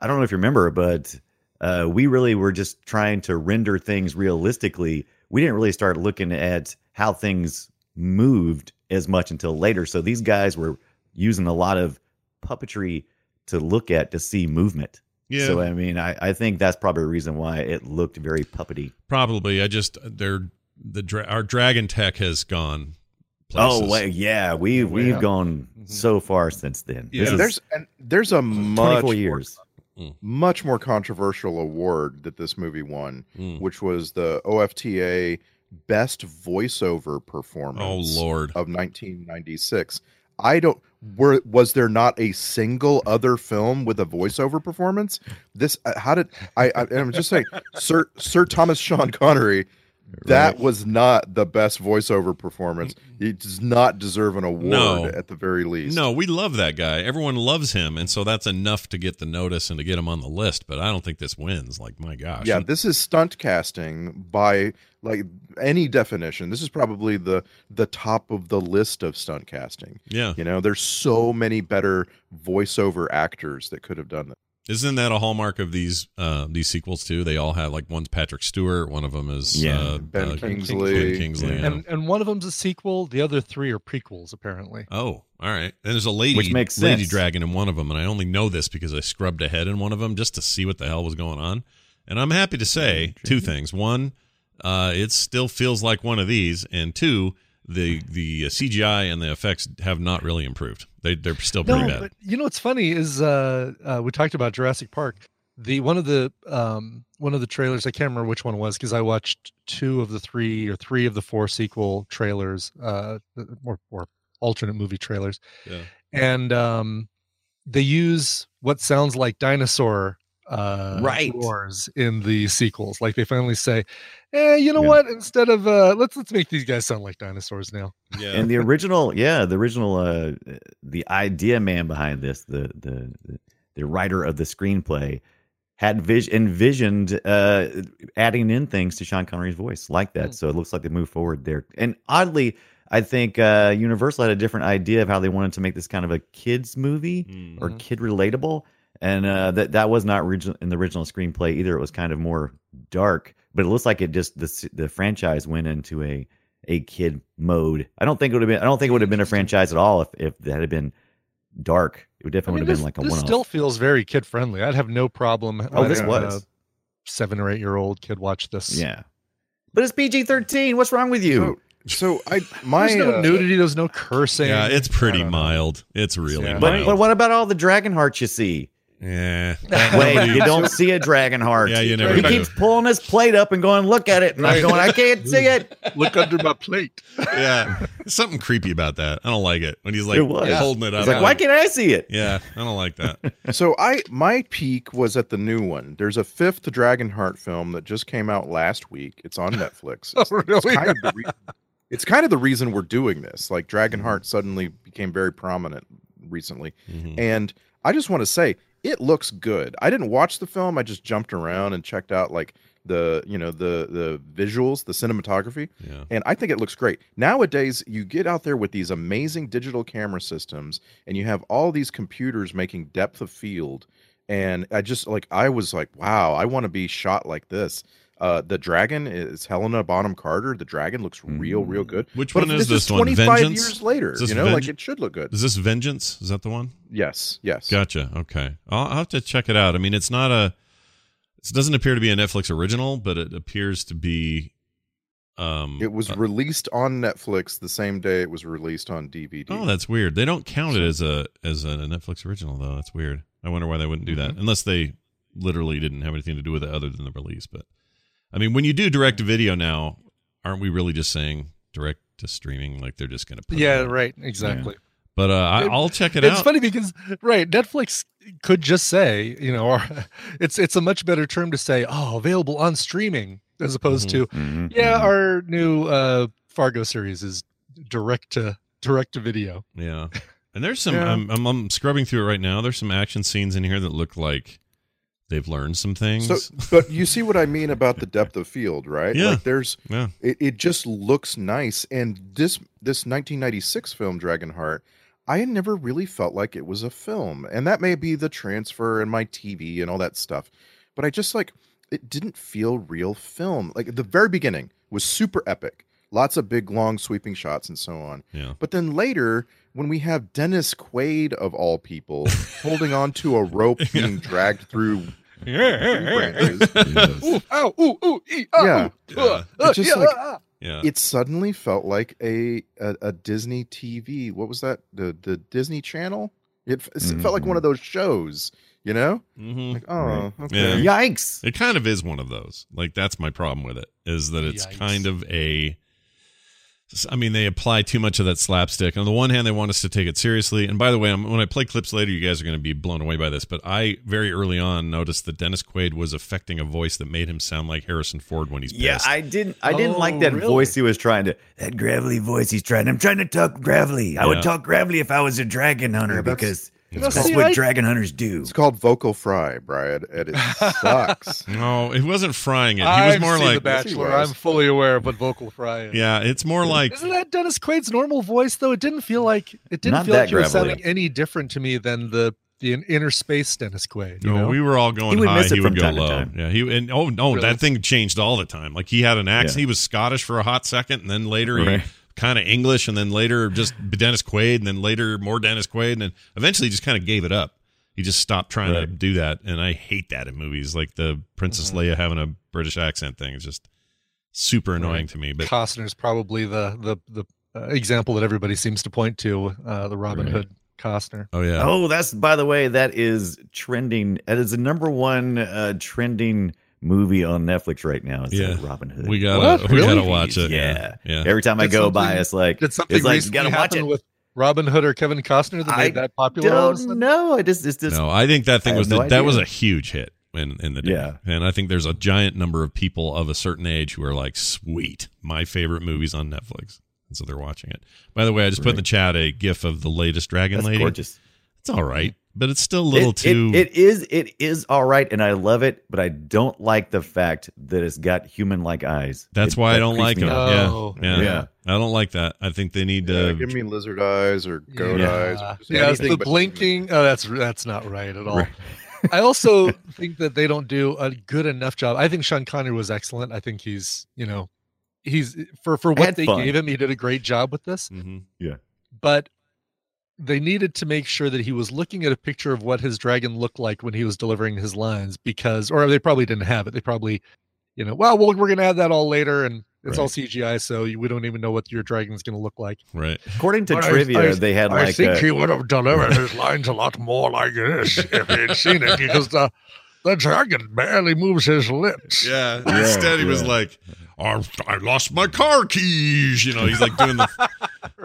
S6: I don't know if you remember, but uh, we really were just trying to render things realistically. We didn't really start looking at how things moved as much until later. So these guys were using a lot of puppetry to look at to see movement.
S1: yeah,
S6: So I mean, I, I think that's probably the reason why it looked very puppety.
S1: probably. I just they're the dra- our dragon tech has gone. Places. Mm-hmm.
S6: Oh wait, yeah, we've we've
S7: Yeah.
S6: gone so far since then.
S1: Yeah.
S6: is
S7: there's and there's a much
S6: 24
S7: more-
S6: years.
S7: much more controversial award that this movie won,
S1: Mm.
S7: which was the OFTA Best Voiceover Performance.
S1: Oh lord.
S7: of 1996. I don't were was there not a single other film with a voiceover performance? This uh, how did I, I I'm just saying Sir Sir Thomas Sean Connery that was not the best voiceover performance. It does not deserve an award
S1: No.
S7: at the very least.
S1: No, we love that guy. Everyone loves him, and so that's enough to get the notice and to get him on the list. But I don't think this wins. Like my gosh,
S7: Yeah, this is stunt casting by like any definition. This is probably the the top of the list of stunt casting.
S1: yeah.
S7: You know, there's so many better voiceover actors that could have done that.
S1: Isn't that a hallmark of these uh, these sequels too? They all have like one's Patrick Stewart, one of them is
S6: Yeah.
S1: uh,
S7: Ben
S1: uh,
S7: Kingsley.
S1: Ben Kingsley,
S6: Yeah.
S1: yeah.
S8: And and one of them's a sequel. The other three are prequels, apparently.
S1: Oh, all right. And there's a lady,
S6: Which makes
S1: lady
S6: sense.
S1: dragon in one of them, and I only know this because I scrubbed ahead in one of them just to see what the hell was going on. And I'm happy to say two things: one, uh, it still feels like one of these, and two, the the uh, CGI and the effects have not really improved. They they're still pretty
S8: No,
S1: bad.
S8: but you know what's funny is uh, uh, we talked about Jurassic Park. The one of the um, one of the trailers I can't remember which one it was because I watched two of the three or three of the four sequel trailers, uh, or, or alternate movie trailers,
S1: Yeah.
S8: and um, they use what sounds like dinosaur uh
S6: Right.
S8: roars in the sequels like they finally say eh you know
S6: Yeah.
S8: what instead of uh let's let's make these guys sound like dinosaurs now
S1: yeah,
S6: And the original, yeah, the original, uh, the idea man behind this, the the the- the writer of the screenplay, had vis- envisioned uh,
S7: Hmm.
S6: adding in things to Sean Connery's voice like that. So it looks like they moved forward there. And oddly, I think uh, Universal had a different idea of how they wanted to make this kind of a kids movie
S1: Mm.
S8: Mm-hmm.
S6: or kid relatable, and uh, that that was not original in the original screenplay either. It was kind of more dark, but it looks like it just the s- the franchise went into a a kid mode. I don't think it would have been. I don't think it would have been a franchise at all if if that had been dark. It would
S8: I
S6: definitely
S8: mean,
S6: would have
S8: this,
S6: been like a
S8: this
S6: one off.
S8: still feels very kid friendly. I'd have no problem.
S6: oh, this
S8: letting
S6: was.
S8: a seven or eight year old kid watch this.
S6: Yeah. But it's PG 13. What's wrong with you?
S1: Oh,
S7: So, Oh, so I my
S8: There's no
S7: uh,
S8: nudity. There's no cursing.
S1: Yeah, it's pretty
S8: I don't know.
S1: mild. It's really
S7: Yeah.
S6: but,
S1: mild.
S6: but what about all the dragon hearts you see?
S1: yeah.
S6: Wait, you don't see a dragon heart.
S1: Yeah, you never
S6: he
S1: do.
S6: keeps pulling his plate up and going, look at it. And I'm going, I can't see it.
S8: Look under my plate.
S1: yeah. There's something creepy about that. I don't like it. When he's like
S6: It was.
S1: holding it up.
S6: He's like,
S1: I'm
S6: why can't I see it?
S1: yeah, I don't like that.
S7: So I my peak was at the new one. There's a fifth Dragonheart film that just came out last week. It's on Netflix. It's,
S8: Oh,
S7: it's
S8: really?
S7: kind of the re- it's kind of the reason we're doing this. Like
S8: Mm-hmm.
S7: Dragonheart suddenly became very prominent recently.
S1: Mhm.
S7: And I just want to say it looks good. I didn't watch the film. I just jumped around and checked out like the, you know, the the visuals, the cinematography
S1: Yeah.
S7: and I think it looks great. Nowadays, you get out there with these amazing digital camera systems, and you have all these computers making depth of field. And I just like I was like, wow, I want to be shot like this. Uh, the dragon is Helena Bonham Carter. The dragon looks real, real good.
S1: Mm. Which
S7: But
S1: one
S7: if
S1: is this one?
S7: Twenty-five
S1: Vengeance?
S7: years later,
S1: Is this
S7: you know, like
S1: Vengeance?
S7: it should look good.
S1: Is this Vengeance? Is that the one?
S7: Yes, yes.
S1: Gotcha. Okay. I'll, I'll have to check it out. I mean, it's not a. It doesn't appear to be a Netflix original, but it appears to be. Um,
S7: It was
S1: uh,
S7: released on Netflix the same day it was released on DVD.
S1: oh, that's weird. They don't count it as a as a Netflix original though. That's weird. I wonder why they wouldn't do that
S7: Mm-hmm.
S1: unless they literally didn't have anything to do with it other than the release. But I mean, when you do direct to video now, aren't we really just saying direct to streaming? Like they're just going to put it
S8: Yeah,
S1: out?
S8: right. Exactly.
S1: But uh, I,
S8: It-
S1: I'll check it
S8: it's
S1: out.
S8: funny because right, Netflix could just say, you know, or it's it's a much better term to say, oh, available on streaming as opposed to
S1: Mm-hmm.
S6: Mhm,
S8: yeah,
S6: mhm.
S8: our new uh Fargo series is direct to direct to video.
S1: Yeah. And there's some,
S7: Yeah.
S1: I'm, I'm, I'm scrubbing through it right now. There's some action scenes in here that look like they've learned some things.
S7: So, but you see what I mean about the depth of field, right?
S1: Yeah.
S7: Like there's,
S1: Yeah.
S7: it, it just looks nice. And this this 1996 film Dragonheart, I had never really felt like it was a film, and that may be the transfer and my TV and all that stuff. But I just like it didn't feel real film. Like the very beginning was super epic, lots of big long sweeping shots and so on.
S1: yeah.
S7: But then later, when we have Dennis Quaid of all people holding on to a rope being dragged through tree branches,
S8: Ooh, ow, ooh, ooh, ee, ah,
S7: Yeah.
S8: ooh,
S1: Yeah.
S8: uh, uh,
S7: It's just
S8: yeah,
S7: like-
S8: ah, ah.
S1: Yeah.
S7: it suddenly felt like a, a a Disney TV. What was that? The the Disney Channel. It, f- it felt like one of
S1: Mm-hmm.
S7: those shows. You know,
S1: hmm
S7: like oh,
S1: Yeah.
S7: okay.
S6: Yikes.
S1: It kind of is one of those. Like, that's my problem with it, is that it's
S8: Yikes.
S1: kind of a. I mean, they apply too much of that slapstick. On the one hand, they want us to take it seriously. And by the way, i when I play clips later, you guys are going to be blown away by this. But I very early on noticed that Dennis Quaid was affecting a voice that made him sound like Harrison Ford when he's pissed.
S6: Yeah, I didn't. I didn't like
S8: Oh,
S6: that
S8: really?
S6: voice he was trying to. That gravelly voice he's trying. I'm trying to talk gravelly. I
S1: Yeah.
S6: would talk gravelly if I was a dragon hunter
S7: Yeah, that's-
S6: because
S8: Now,
S6: that's
S8: see,
S6: what
S8: I-
S6: dragon hunters do.
S7: It's called vocal fry, Brian, and it sucks.
S1: No, it wasn't frying it. He was
S8: ah, I've
S1: more
S8: seen The
S1: like
S7: Yes, he
S8: Bachelor.
S7: was.
S8: I'm fully aware of what vocal fry is.
S1: Yeah, it's more like
S8: Isn't that Dennis Quaid's normal voice though? It didn't feel like it didn't
S6: Not
S8: feel like
S6: that
S8: he was
S6: gravelly.
S8: sounding any different to me than the the inner space Dennis Quaid. You
S1: you know,
S8: know?
S1: we were all going
S6: He would
S1: high,
S6: miss it
S1: he would
S6: from
S1: go
S6: time to
S1: low.
S6: time.
S1: Yeah, he and oh no,
S8: Really?
S1: that thing changed all the time. Like he had an accent.
S6: Yeah.
S1: He was Scottish for a hot second, and then later
S6: Right.
S1: he kind of English, and then later just Dennis Quaid, and then later more Dennis Quaid, and then eventually he just kind of gave it up. He just stopped trying to
S6: Right.
S1: do that, and I hate that in movies. Like the Princess
S8: Mm-hmm.
S1: Leia having a British accent thing is just super annoying to me. But
S8: Costner's probably the the the uh, example that everybody seems to point to, uh, the Robin
S6: Right.
S8: Hood Costner.
S1: oh yeah,
S6: Oh, that's by the way, that is trending. That is the number one uh, trending movie on Netflix right now. Is
S1: Yeah.
S6: uh, Robin Hood.
S1: we gotta
S8: What?
S1: we
S8: Really?
S1: gotta watch it.
S6: Yeah.
S1: yeah.
S6: Every time I
S8: Did
S6: go by,
S8: something-
S6: it's like
S8: Did something
S6: it's like you
S8: recently
S6: gotta watch
S8: happen
S6: it.
S8: with Robin Hood or Kevin Costner that
S6: I
S8: made that popular? all of a
S6: don't
S8: sudden?
S6: know. I just it's just
S1: no, I think that thing
S6: I
S1: was
S6: have no
S1: the, that
S6: idea.
S1: was a huge hit in in the day.
S6: Yeah.
S1: And I think there's a giant number of people of a certain age who are like, "Sweet, my favorite movies on Netflix." And so they're watching it. By the way, I just put in the chat a gif of the latest Dragon
S6: that's
S1: Lady.
S6: gorgeous.
S1: It's all right. but it's still a little
S6: It- it-
S1: too.
S6: it is. It is all right, and I love it, but I don't like the fact that it's got human-like eyes.
S1: that's
S6: It-
S1: why I
S6: that
S1: don't
S6: creeps
S1: like
S6: me
S1: them.
S6: out.
S8: Oh.
S1: yeah, yeah,
S6: Yeah.
S1: I don't like that. I think they need
S7: Yeah,
S1: to.
S7: give me lizard eyes or goat
S8: yeah.
S7: eyes. or just
S8: Yeah, it's
S7: anything
S8: the
S7: but-
S8: blinking. Oh, that's that's not right at all.
S6: Right.
S8: I also think that they don't do a good enough job. I think Sean Connery was excellent. I think he's you know he's for for what
S6: Had
S8: they
S6: fun.
S8: gave him, he did a great job with this.
S1: Mhm.
S8: But they needed to make sure that he was looking at a picture of what his dragon looked like when he was delivering his lines, because or they probably didn't have it. They probably you know well, well we're gonna add that all later and. It's all
S6: Right.
S8: CGI, so you, we don't even know what your dragon's going to look like.
S1: Right.
S6: According to
S8: But I-
S6: trivia,
S8: I-
S6: they had
S8: I
S6: like uh,
S8: think
S6: a-
S8: he would have delivered his lines a lot more like this if he had seen it, because the the dragon barely moves his lips.
S1: Yeah.
S6: Yeah,
S1: Instead, he was
S6: yeah.
S1: like, "Oh, "I lost my car keys." You know, he's like doing the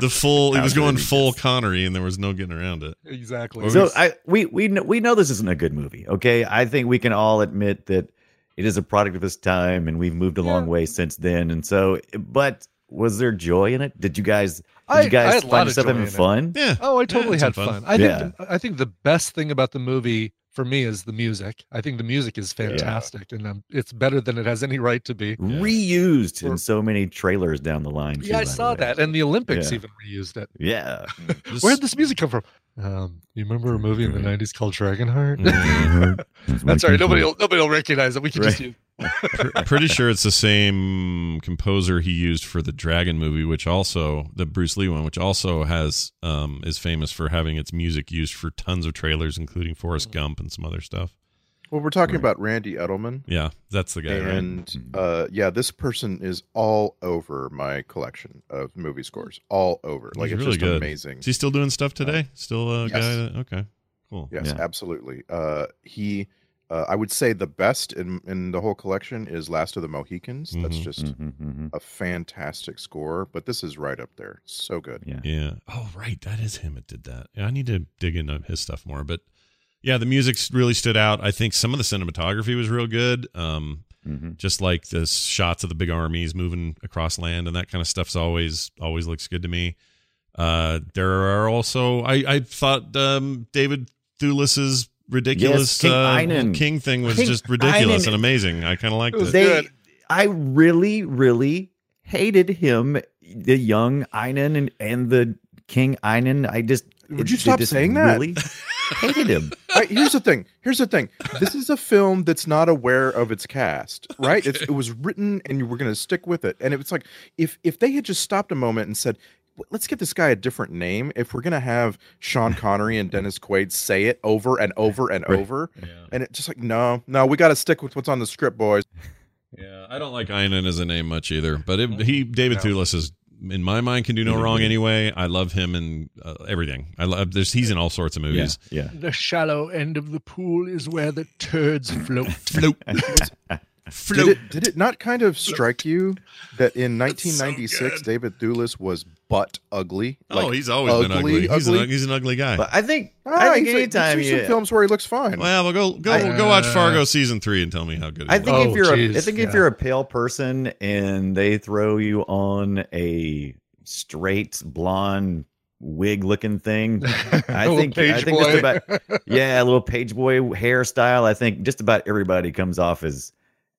S1: the full. He was going full Connery, and there was no getting around it.
S8: Exactly.
S6: So I we we know, we know this isn't a good movie. Okay, I think we can all admit that it is a product of its time, and we've moved a long way since then. And so, but was there joy in it? Did you guys? Did
S8: I-
S6: you guys
S8: I had a lot
S6: find
S8: of
S6: yourself
S8: joy
S6: having
S8: in it.
S6: fun?
S1: Yeah.
S8: oh, I
S1: Yeah,
S8: totally
S1: it's
S8: had
S1: some fun.
S8: fun. I
S6: Yeah.
S8: think the, I think the best thing about the movie for me is the music. I think the music is fantastic, and um, it's better than it has any right to be.
S6: Reused
S8: Or-
S6: in so many trailers down the line. too,
S8: Yeah,
S6: by
S8: I
S6: the
S8: saw
S6: way.
S8: that, and the Olympics
S6: Yeah.
S8: even reused it.
S6: Yeah.
S1: Just-
S8: Where did this music come from? Um, you remember a movie in the '90s called Dragonheart? That's all right. Nobody will nobody will recognize it. We can just
S6: Mm-hmm. Right.
S8: use
S1: Pr- pretty sure it's the same composer he used for the Dragon movie, which also the Bruce Lee one, which also has um, is famous for having its music used for tons of trailers, including Forrest Gump and some other stuff.
S7: Well, we're talking about Randy Edelman,
S1: Yeah, that's the guy. right?
S7: and uh, yeah, this person is all over my collection of movie scores, all over. Like
S1: He's
S7: it's
S1: really
S7: just
S1: good.
S7: amazing.
S1: Is he still doing stuff today? Still a
S7: yes.
S1: guy? That, okay, cool.
S7: Yes,
S6: Yeah.
S7: absolutely. Uh, he, uh, I would say the best in in the whole collection is Last of the Mohicans. That's
S1: Mhm,
S7: just
S6: Mhm, mhm.
S7: a fantastic score, but this is right up there. So good.
S6: Yeah.
S1: Yeah. Oh, right. That is him that did that. Yeah, I need to dig into his stuff more. But yeah, the music really stood out. I think some of the cinematography was real good. Um,
S6: Mhm.
S1: just like the shots of the big armies moving across land and that kind of stuff's always always looks good to me. Uh, there are also I I thought um, David Thewlis's ridiculous
S6: Yes, King
S1: uh,
S6: Einan.
S1: King thing was
S6: King
S1: just ridiculous
S6: Einan.
S1: and amazing. I kind of liked it.
S8: was
S6: they,
S8: good.
S6: I really, really hated him, the young Einan and, and the King Einan. I just
S7: Would
S6: it-
S7: you
S6: it
S7: stop
S6: just
S7: saying that?
S6: Really hated him.
S7: All right, here's the thing. Here's the thing. This is a film that's not aware of its cast, right? It's, it was written, and you were going to stick with it. And it was like, if if they had just stopped a moment and said, "W- "Let's give this guy a different name," if we're going to have Sean Connery and Dennis Quaid say it over and over and
S6: Right.
S7: over, and it's just like, no, no, we got to stick with what's on the script, boys.
S1: Yeah, I don't like Einan as a name much either. But it, he, David Thewlis is in my mind can do no wrong anyway. I love him and uh, everything. I love. There's he's in all sorts of movies.
S6: Yeah.
S8: The shallow end of the pool is where the turds float.
S1: Float,
S7: Did
S1: float.
S7: it, did it not kind of strike you that in 1996 David Thewlis was butt ugly?
S1: oh,
S7: Like,
S1: he's always been ugly. He's, an, he's an ugly guy.
S6: But I think
S7: ah,
S6: I think
S7: he's like-
S6: anytime
S7: there's
S6: you
S7: some films where he looks fine.
S1: Well, well, go go
S6: I-
S1: go watch
S8: Uh,
S1: Fargo season three and tell me how good. It
S6: I think
S8: Oh,
S6: if you're a, I
S8: geez,
S6: think if
S8: yeah.
S6: you're a pale person and they throw you on a straight blonde wig looking thing, I
S8: Little
S6: think I
S8: page
S6: think just
S8: boy.
S6: about yeah, a little page boy hairstyle. I think just about everybody comes off as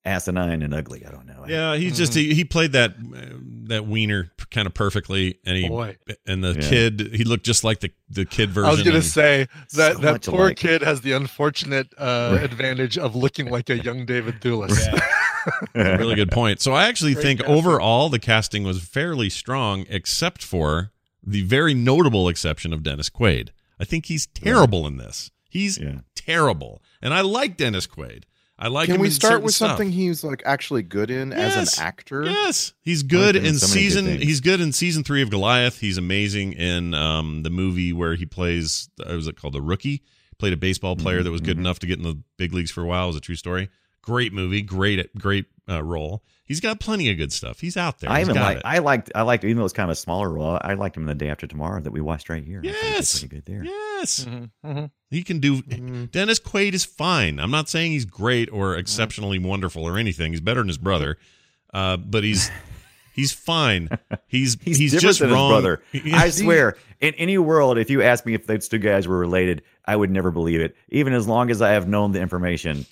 S6: asinine and ugly. I don't know.
S1: Yeah, he just he, he played that uh, that wiener kind of perfectly, and he
S8: Boy.
S1: and the
S6: Yeah.
S1: kid he looked just like the the kid version.
S8: I was gonna
S1: and-
S8: say that
S6: So
S8: that
S6: much
S8: poor
S6: alike.
S8: kid has the unfortunate uh, advantage of looking like a young David Thewlis.
S1: really good point. So I actually
S8: Great
S1: think
S8: casting.
S1: overall the casting was fairly strong, except for the very notable exception of Dennis Quaid. I think he's terrible in this. He's
S6: Yeah.
S1: terrible, and I like Dennis Quaid. I like.
S7: Can
S1: him
S7: we
S1: in
S7: start
S1: certain
S7: with
S1: stuff.
S7: something he's like actually good in as
S1: Yes.
S7: an actor?
S1: Yes, he's good
S6: him in
S1: in
S6: so many good
S1: season.
S6: things.
S1: he's good in season three of Goliath. He's amazing in um, the movie where he plays. uh, Was it called the rookie? Played a baseball player
S6: Mm-hmm,
S1: that was good enough to get in the big leagues for a while. It was a true story. Great movie. Great, great uh, role. He's got plenty of good stuff. He's out there.
S6: I
S1: He's
S6: even
S1: got
S6: like
S1: it.
S6: I liked I liked even though it's kind of a smaller role. I liked him in the day after tomorrow that we watched right here. I thought he did
S1: Yes.
S6: pretty good there.
S1: Yes, he can do. Dennis Quaid is fine. I'm not saying he's great or exceptionally wonderful or anything. He's better than his brother, uh, but he's He's fine. He's
S6: He's,
S1: he's,
S6: different
S1: just
S6: than his
S1: wrong.
S6: brother.
S1: He-
S6: I swear, in any world, if you asked me if those two guys were related, I would never believe it. Even as long as I have known the information,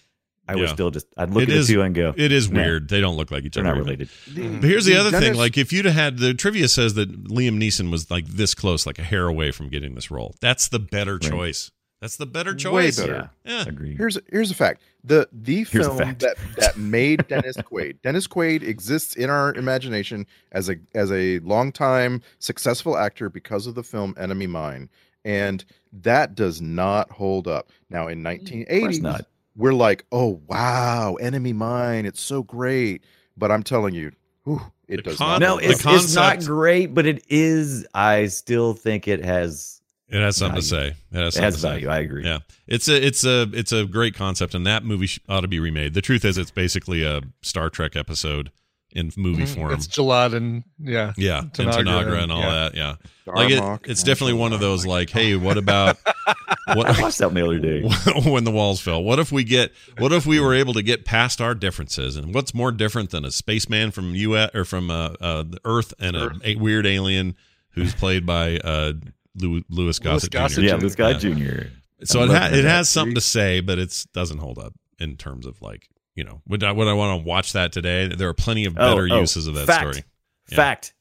S6: I would
S1: Yeah.
S6: still just I'd look
S1: It
S6: at the
S1: is-
S6: two and go,
S1: It is
S6: No.
S1: weird. They don't look like each
S6: "They're
S1: other.
S6: not
S1: really.
S6: related."
S1: But here's the other
S7: That
S1: thing:
S7: is-
S1: like, if you'd have had the trivia says that Liam Neeson was like this close, like a hair away from getting this role. That's the better choice. That's the better
S7: Way
S1: choice.
S7: better.
S1: Yeah.
S6: Agreed.
S7: Here's here's a fact. The the
S6: Here's a
S7: film
S6: fact.
S7: that that made Dennis Quaid. Dennis Quaid exists in our imagination as a as a longtime successful actor because of the film Enemy Mine, and that does not hold up. Now in 1980,
S6: not.
S7: we're like, oh wow, Enemy Mine, it's so great. But I'm telling you, whew, it
S1: The
S7: does
S1: con-
S7: not.
S6: No,
S1: the
S6: it's, it's not
S1: concept-
S6: great, but it is. I still think it has
S1: It has something to say. It has,
S6: it
S1: something
S6: has
S1: to say.
S6: value. I agree.
S1: Yeah, it's a it's a it's a great concept, and that movie sh- ought to be remade. The truth is, it's basically a Star Trek episode in movie form.
S8: Mm, It's Jalad and yeah.
S1: yeah, and
S8: Tanagra
S1: Tanagra and
S8: and-
S1: all
S8: yeah.
S1: that. Yeah, like it,
S7: Darmok
S1: it's
S7: and
S1: definitely one of those like, hey, what about
S6: I
S1: what
S6: watched that the other day.
S1: when the walls fell? What if we get? What if we were able to get past our differences? And what's more different than a spaceman from U.S. or from uh, uh, the Earth and a, a weird alien who's played by uh, Lew- Lewis Gossett? Jr.?
S8: Gossett
S6: Yeah, this guy
S1: Yeah.
S6: Junior.
S1: So
S6: I
S1: it,
S6: love
S1: ha-
S6: that.
S1: it has something to say, but it doesn't hold up in terms of like you know would I, would I want to watch that today? There are plenty of
S6: Oh,
S1: better
S6: oh,
S1: uses of that
S6: fact.
S1: story. Yeah.
S6: Fact.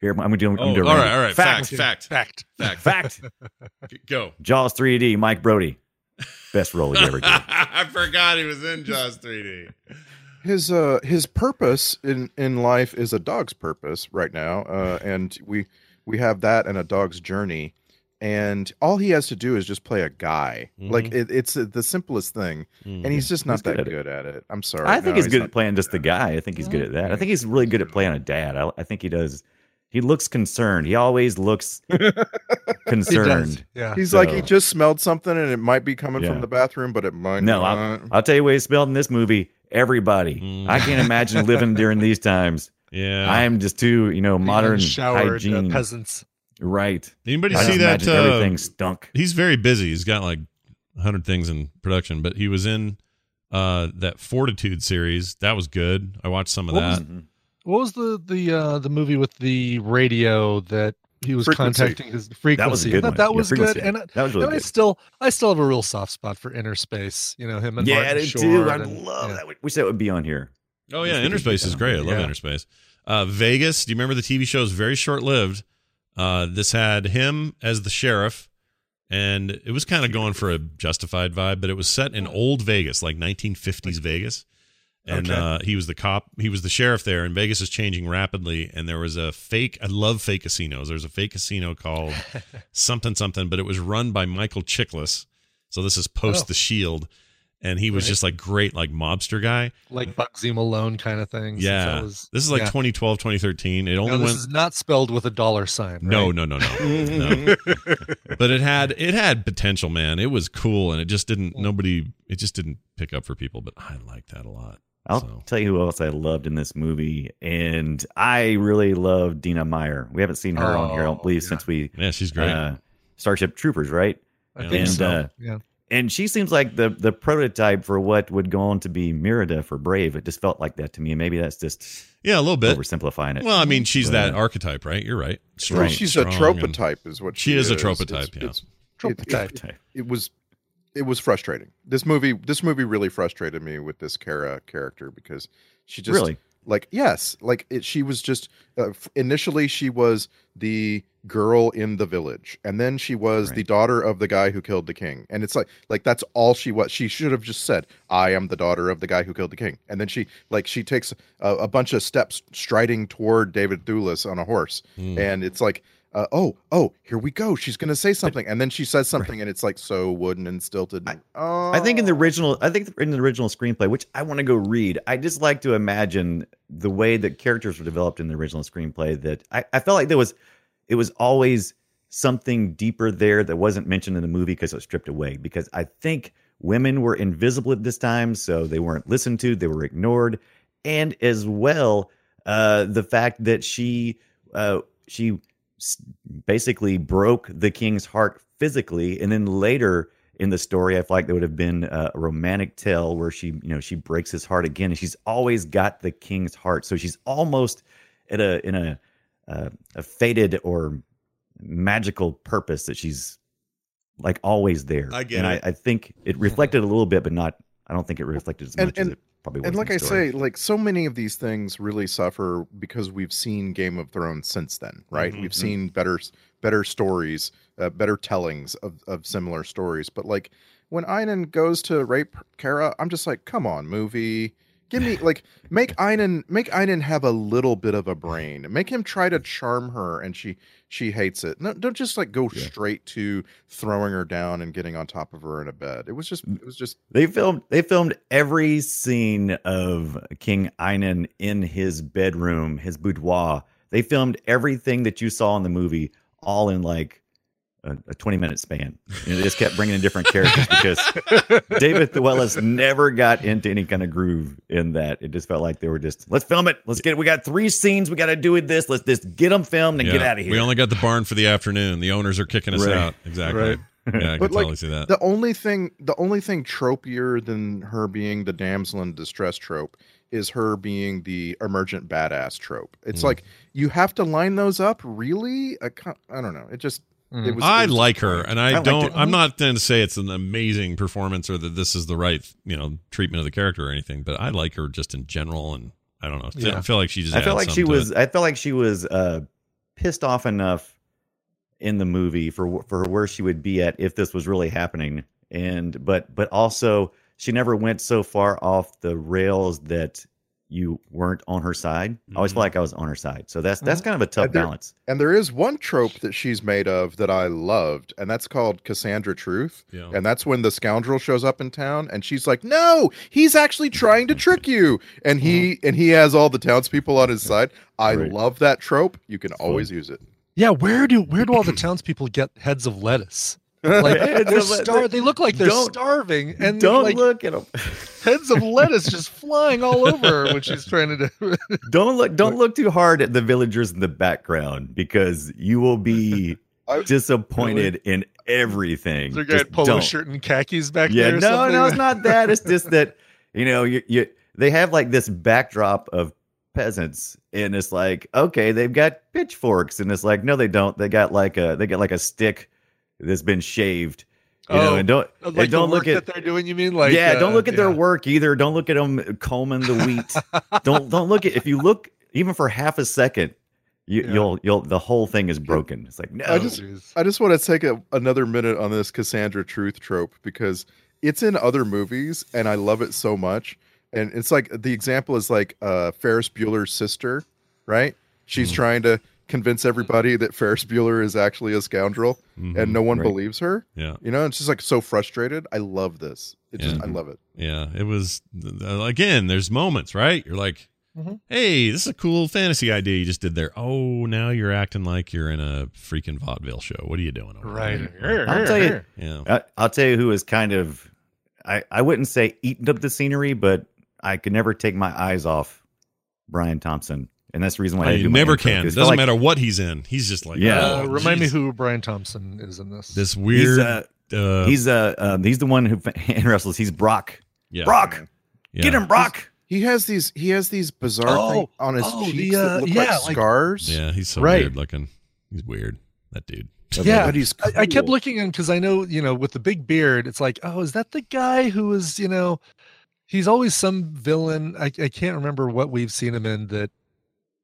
S6: Here, I'm gonna do. I'm
S1: Oh,
S6: doing
S1: all
S6: Randy.
S1: right, all right, fact, fact, fact,
S8: Fact.
S1: fact,
S6: Fact.
S1: Go.
S6: Jaws 3D. Mike Brody. Best role he ever did.
S1: I forgot he was in Jaws 3D.
S7: his uh his purpose in in life is a dog's purpose right now uh
S6: Mm-hmm.
S7: and we we have that and a dog's journey and all he has to do is just play a guy like it, it's the simplest thing and he's just not
S6: Mm-hmm. He's
S7: that
S6: good
S7: good,
S6: at it.
S7: at it i'm sorry
S6: I think
S7: No,
S6: he's good at
S7: not.
S6: playing just the guy. I think he's good at that. I think he's really good at playing a dad. I, I think he does. He looks concerned. He always looks
S8: He does,
S6: concerned.
S8: Yeah.
S7: he's like he
S6: So-
S7: just smelled something and it might be coming
S6: Yeah.
S7: from the bathroom but it might
S6: No,
S7: not
S6: I'll, I'll tell you what he smelled in this movie. Everybody.
S1: Mm.
S6: I can't imagine living during these times.
S1: Yeah.
S6: I am just too, you know, modern
S8: showered uh,
S6: hygiene.
S8: peasants.
S6: right.
S1: Anybody
S6: I
S1: see
S6: just
S1: that?
S6: imagine
S1: Uh,
S6: everything stunk.
S1: he's very busy. He's got like hundred things in production, but he was in uh that Fortitude series. That was good. I watched some of
S8: What
S1: that.
S6: Mm-hmm.
S8: was- What was the the uh, the movie with the radio that he was
S7: Frequency.
S8: contacting his frequency?
S6: That was a good
S8: I
S6: one.
S8: thought That
S6: Yeah,
S8: was good.
S6: frequency.
S8: And, uh, I-
S6: that was really
S8: and I
S6: good.
S8: still I still have a real soft spot for Inner Space. You know him and
S6: Yeah, I
S8: Martin
S6: did too.
S8: Short
S6: I
S8: and-
S6: love
S8: yeah.
S6: that. Wish that would be on here.
S1: Oh
S6: Let's
S1: yeah,
S6: get into
S1: Interspace is
S6: that.
S1: great. I love
S6: Yeah.
S1: Interspace. Uh, Vegas. Do you remember the TV show? Is very short lived. Uh, this had him as the sheriff, and it was kind of going for a justified vibe, but it was set in old Vegas, like 1950s Vegas. And
S7: Okay.
S1: uh, he was the cop. He was the sheriff there, and Vegas is changing rapidly. And there was a fake. I love fake casinos. There's a fake casino called something something, but it was run by Michael Chiklis. So this is post
S8: Oh.
S1: The Shield, and he was
S8: Right.
S1: just like great, like mobster guy.
S8: like Bugsy Malone kind of thing. since
S1: Yeah.
S8: that was-
S1: this is like
S8: yeah.
S1: 2012, 2013. It only
S8: No, this
S1: went.
S8: is not spelled with a dollar sign. Right?
S1: No, no, no, no, no. But it had it had potential, man. It was cool, and it just didn't. Nobody. It just didn't pick up for people. But I like that a lot.
S6: I'll
S1: So-
S6: tell you who else I loved in this movie, and I really love Dina Meyer. We haven't seen her on here, I don't
S8: Oh,
S6: believe,
S8: yeah.
S6: since we
S1: Yeah, she's great.
S6: uh, Starship Troopers, right?
S8: I think
S6: And
S8: so.
S6: uh,
S8: yeah.
S6: and she seems like the the prototype for what would go on to be Mirada for Brave. It just felt like that to me, and maybe that's just
S1: yeah, a little bit.
S6: oversimplifying it.
S1: Well, I mean, she's
S6: But,
S1: that
S6: uh,
S1: archetype, right? You're right.
S7: Well,
S1: Strong-
S7: she's a
S1: strong
S7: tropa
S1: and-
S7: type is what
S1: She
S7: she,
S1: is a
S7: It's-
S1: tropa type, yeah.
S7: it's-
S8: Tropa
S7: it-
S8: type.
S7: it was it was frustrating. This movie this movie really frustrated me with this Kara character because she just
S6: really,
S7: like yes, like it, she was just uh, f- initially she was the girl in the village and then she was the
S6: Right.
S7: daughter of the guy who killed the king and it's like like that's all she was she should have just said i am the daughter of the guy who killed the king and then she like she takes a, a bunch of steps striding toward david thulis on a horse
S1: mm,
S6: Mm.
S7: and it's like uh, oh oh here we go she's gonna say something and then she says something and it's like so wooden and stilted and- oh
S6: I think in the original, I think in the original screenplay, which I want to go read, I just like to imagine the way that characters were developed in the original screenplay. That I, I felt like there was, it was always something deeper there that wasn't mentioned in the movie because it was stripped away. Because I think women were invisible at this time, so they weren't listened to, they were ignored, and as well, uh, the fact that she, uh, she s- basically broke the king's heart physically, and then later in the story. I feel like there would have been a romantic tale where she, you know, she breaks his heart again, and she's always got the king's heart. So she's almost at a in a uh, a faded or magical purpose that she's like always there.
S1: I get
S6: and
S1: it.
S6: I, I think it reflected a little bit, but not. I don't think it reflected as
S7: And-
S6: much
S7: and-
S6: as it probably was.
S7: and
S6: in
S7: like
S6: the
S7: I
S6: story.
S7: say, like so many of these things really suffer because we've seen Game of Thrones since then, right?
S6: Mm-hmm,
S1: Mhm.
S7: We've seen better better stories, uh, better tellings of of similar stories. But like when Einan goes to rape Kara, I'm just like, come on, movie. Give me like make Einan make Einan have a little bit of a brain. Make him try to charm her, and she she hates it. No, don't just like go
S6: Yeah.
S7: straight to throwing her down and getting on top of her in a bed. It was just it was just
S6: They filmed they filmed every scene of King Einan in his bedroom, his boudoir. They filmed everything that you saw in the movie, all in like a, a twenty minute span. And they just kept bringing in different characters because David Thewellis never got into any kind of groove in that. It just felt like they were just let's film it, let's get it. We got three scenes, we got to do with this. Let's just get them filmed and get
S1: Yeah.
S6: out of here.
S1: We only got the barn for the afternoon. The owners are kicking us
S6: Right.
S1: out. Exactly.
S8: Right.
S1: Yeah, I can
S7: But, like,
S1: totally see that.
S7: the only thing the only thing tropier than her being the damsel in distress trope is her being the emergent badass trope it's
S1: Mm.
S7: like you have to line those up really I, can't- I don't know it just it
S8: Mm.
S7: was
S1: I
S7: it was-
S1: like her, and
S6: I
S1: I,
S6: liked
S1: don't.
S6: it. Mm-hmm.
S1: I'm not going to say it's an amazing performance or that this is the right, you know, treatment of the character or anything. But I like her just in general, and I don't know. I
S8: Yeah.
S1: feel like she just.
S6: I felt
S1: adds
S6: like she
S1: something to
S6: was.
S1: it.
S6: I felt like she was uh, pissed off enough in the movie for wh- for where she would be at if this was really happening. And but but also she never went so far off the rails that you weren't on her side. I always
S1: Mhm.
S6: felt like I was on her side. So that's that's kind of a tough
S7: there-
S6: balance.
S7: and there is one trope that she's made of that i loved and that's called cassandra truth
S1: Yeah.
S7: and that's when the scoundrel shows up in town and she's like no he's actually trying to trick you and he and he has all the townspeople on his side i
S6: Right.
S7: love that trope you can always use it
S8: Yeah, where do where do all the townspeople get heads of lettuce? Like
S6: Heads
S8: they're
S6: of le-
S8: star- they look like they're
S6: Don't-
S8: starving, and
S6: don't
S8: like
S6: look at them.
S8: heads of lettuce just flying all over her when she's trying to do.
S6: Don't look. Don't look too hard at the villagers in the background because you will be
S7: I-
S6: disappointed in everything.
S8: They're got
S6: Just
S8: polo
S6: don't.
S8: shirt and khakis back
S6: yeah,
S8: there. or
S6: no,
S8: something.
S6: no, it's not that. It's just that you know, you, you they have like this backdrop of peasants, and it's like okay, they've got pitchforks, and it's like no, they don't. They got like a they got like a stick that's been shaved. You know,
S8: Oh,
S6: and don't
S8: Like
S6: and
S8: the
S6: don't look
S8: work
S6: at
S8: that they're doing. You mean like
S6: yeah, don't
S8: uh,
S6: look at their
S8: yeah.
S6: work either. Don't look at them combing the wheat. don't don't look at if you look even for half a second, you,
S8: Yeah.
S6: you'll you'll the whole thing is broken. It's like no,
S7: I just- I just want to take a, another minute on this Cassandra truth trope because it's in other movies and I love it so much. And it's like the example is like uh, Ferris Bueller's sister, right? She's trying to convince everybody that Ferris Bueller is actually a scoundrel
S1: Mhm.
S7: and no one
S6: Right.
S7: believes her.
S1: yeah,
S7: You know, and she's like so frustrated. I love this. It just, I love it.
S1: yeah. It was again. There's moments, right? You're like,
S6: Mm-hmm.
S8: Mhm.
S1: hey, this is a cool fantasy idea you just did there. Oh, now you're acting like you're in a freaking vaudeville show. What are you doing? Over
S8: Right.
S1: There?
S6: I'll tell you-
S1: Yeah.
S6: I, I'll tell you who is kind of, I, I wouldn't say eaten up the scenery, but I could never take my eyes off Brian Thompson. And that's the reason why I
S1: you
S6: do my
S1: never
S6: intro,
S1: can.
S6: 'cause
S1: Doesn't
S6: I felt like
S1: matter what he's in. He's just like,
S6: Yeah.
S8: Uh,
S1: oh,
S8: remind me
S1: geez.
S8: who Brian Thompson is in this.
S1: This
S6: He's,
S1: weird.
S6: uh,
S1: uh,
S6: he's, uh, um, he's the one who hand wrestles. He's Brock.
S1: yeah,
S6: Brock,
S1: yeah.
S6: get him, Brock.
S7: He has these he has these bizarre things
S8: Oh,
S7: on his
S8: oh, the,
S7: cheeks
S8: uh,
S7: that look
S8: yeah,
S7: like
S8: like-
S7: scars.
S1: Yeah, he's so
S8: Right.
S1: weird looking. He's weird. That dude.
S8: Yeah.
S7: But he's
S8: I, I kept
S7: cool.
S8: looking at him because I know, you know, with the big beard, it's like, oh, is that the guy who is, you know, he's always some villain. I, I can't remember what we've seen him in that,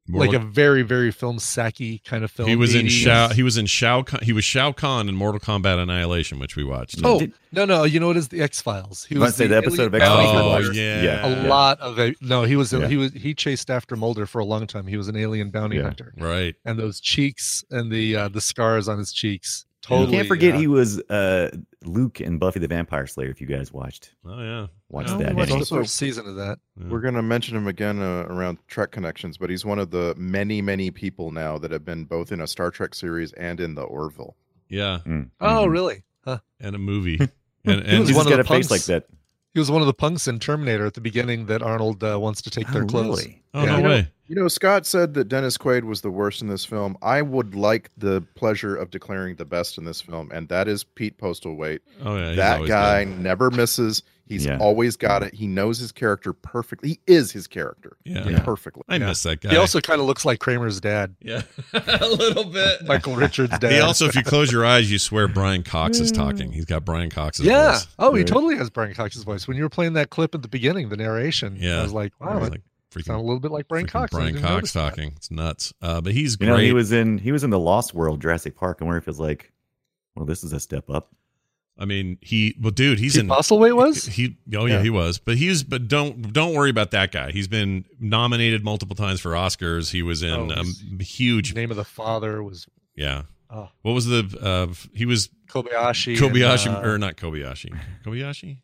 S8: like a very, very film sacky kind of film.
S1: he was in
S8: 80s.
S1: Shao. He was in Shao. Kahn, he was Shao Kahn in Mortal Kombat Annihilation, which we watched.
S8: Oh,
S6: Did-
S8: no, no, you know what is the X Files? He
S6: You want to say the episode of
S8: alien-
S6: X
S1: Oh,
S6: Files?
S1: yeah.
S8: A
S1: Yeah.
S8: lot of a- no, he was
S6: Yeah.
S8: he was he chased after Mulder for a long time. He was an alien bounty
S6: Yeah.
S8: hunter,
S1: right.
S8: and those cheeks and the uh, the scars on his cheeks. Totally,
S6: You can't forget
S8: uh,
S6: he was uh, Luke and Buffy the Vampire Slayer. If you guys watched
S1: Oh yeah.
S6: watched
S1: No,
S8: I
S1: we
S6: that,
S8: watched
S6: anyway.
S8: the
S7: Also-
S8: first season of that.
S1: Yeah.
S7: We're going to mention him again uh, around Trek connections, but he's one of the many, many people now that have been both in a Star Trek series and in the Orville.
S1: yeah,
S6: Mm,
S8: Oh,
S6: mhm.
S8: really? Huh.
S1: and a movie. And,
S8: He
S1: and
S8: was
S6: He's
S8: one
S6: just
S8: of
S6: got
S8: the
S6: a face
S8: punks.
S6: like that.
S8: He was one of the punks in Terminator at the beginning that Arnold uh, wants to take their
S6: Oh,
S8: clothes.
S6: really?
S1: oh
S8: Yeah.
S1: no way.
S7: You know, Scott said that Dennis Quaid was the worst in this film. I would like the pleasure of declaring the best in this film, and that is Pete Postlewaite.
S1: Oh yeah. he's
S7: that
S1: always
S7: guy
S1: good. Mm.
S7: never misses. He's
S6: Yeah.
S7: always got it. He knows his character perfectly. He is his character
S1: Yeah.
S6: Yeah.
S7: perfectly.
S1: I
S8: Yeah.
S1: miss that guy.
S8: He also kind of looks like Kramer's dad,
S1: yeah, a little bit.
S8: Michael Richards' dad.
S1: He also, if you close your eyes, you swear Brian Cox is talking. He's got Brian Cox's
S8: yeah.
S1: voice.
S8: Oh, he
S6: Right.
S8: totally has Brian Cox's voice. When you were playing that clip at the beginning, the narration,
S1: Yeah.
S8: I was like, wow,
S1: He's
S8: that
S1: like
S8: sounded
S1: freaking,
S8: a little bit like Brian
S1: freaking
S8: Cox. I
S1: Brian
S8: didn't
S1: Cox
S8: notice that.
S1: talking. It's nuts. Uh, but he's
S6: You
S1: great.
S6: know, he was in he was in the Lost World, Jurassic Park, and where it feels like, well, this is a step up.
S1: I mean, he well, dude, he's
S8: Pete
S1: in.
S8: Postlewaite was?
S1: He, oh yeah,
S6: Yeah.
S1: he was. But he's but don't don't worry about that guy. He's been nominated multiple times for Oscars. He was in
S8: Oh,
S1: um,
S8: he's-
S1: huge.
S8: name of the father was
S1: Yeah.
S8: Oh.
S1: What was the uh he was
S8: Kobayashi. and,
S1: Kobayashi
S8: uh,
S1: or not Kobayashi. Kobayashi?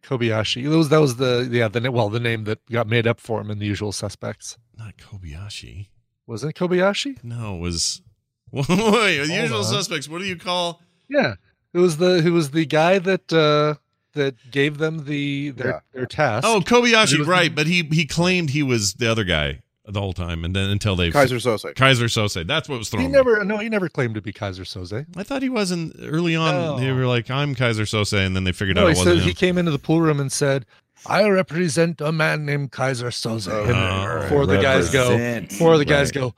S8: Kobayashi. That was that was the yeah the na- well the name that got made up for him in The Usual Suspects.
S1: Not Kobayashi.
S8: Wasn't it Kobayashi?
S1: No, it was Wait,
S8: Hold
S1: usual
S8: on.
S1: suspects. What do you call
S8: Yeah, it was the who was the guy that uh that gave them the their
S7: Yeah.
S8: their task.
S1: Oh, Kobayashi,
S8: He was-
S1: right, but he he claimed he was the other guy the whole time and then until they
S7: Kaiser Sose.
S1: Kaiser Sose. That's what was thrown.
S8: he never no he never claimed to be Kaiser Soze.
S1: I thought he wasn't early on.
S8: No.
S1: They were like, "I'm Kaiser Sose," and then they figured
S8: No,
S1: out
S8: he
S1: it wasn't
S8: said
S1: him.
S8: he came into the pool room and said, "I represent a man named Kaiser Soze."
S7: Oh,
S8: and
S1: all right.
S8: four of the guys go,
S6: Represent.
S8: four of the guys
S6: Right.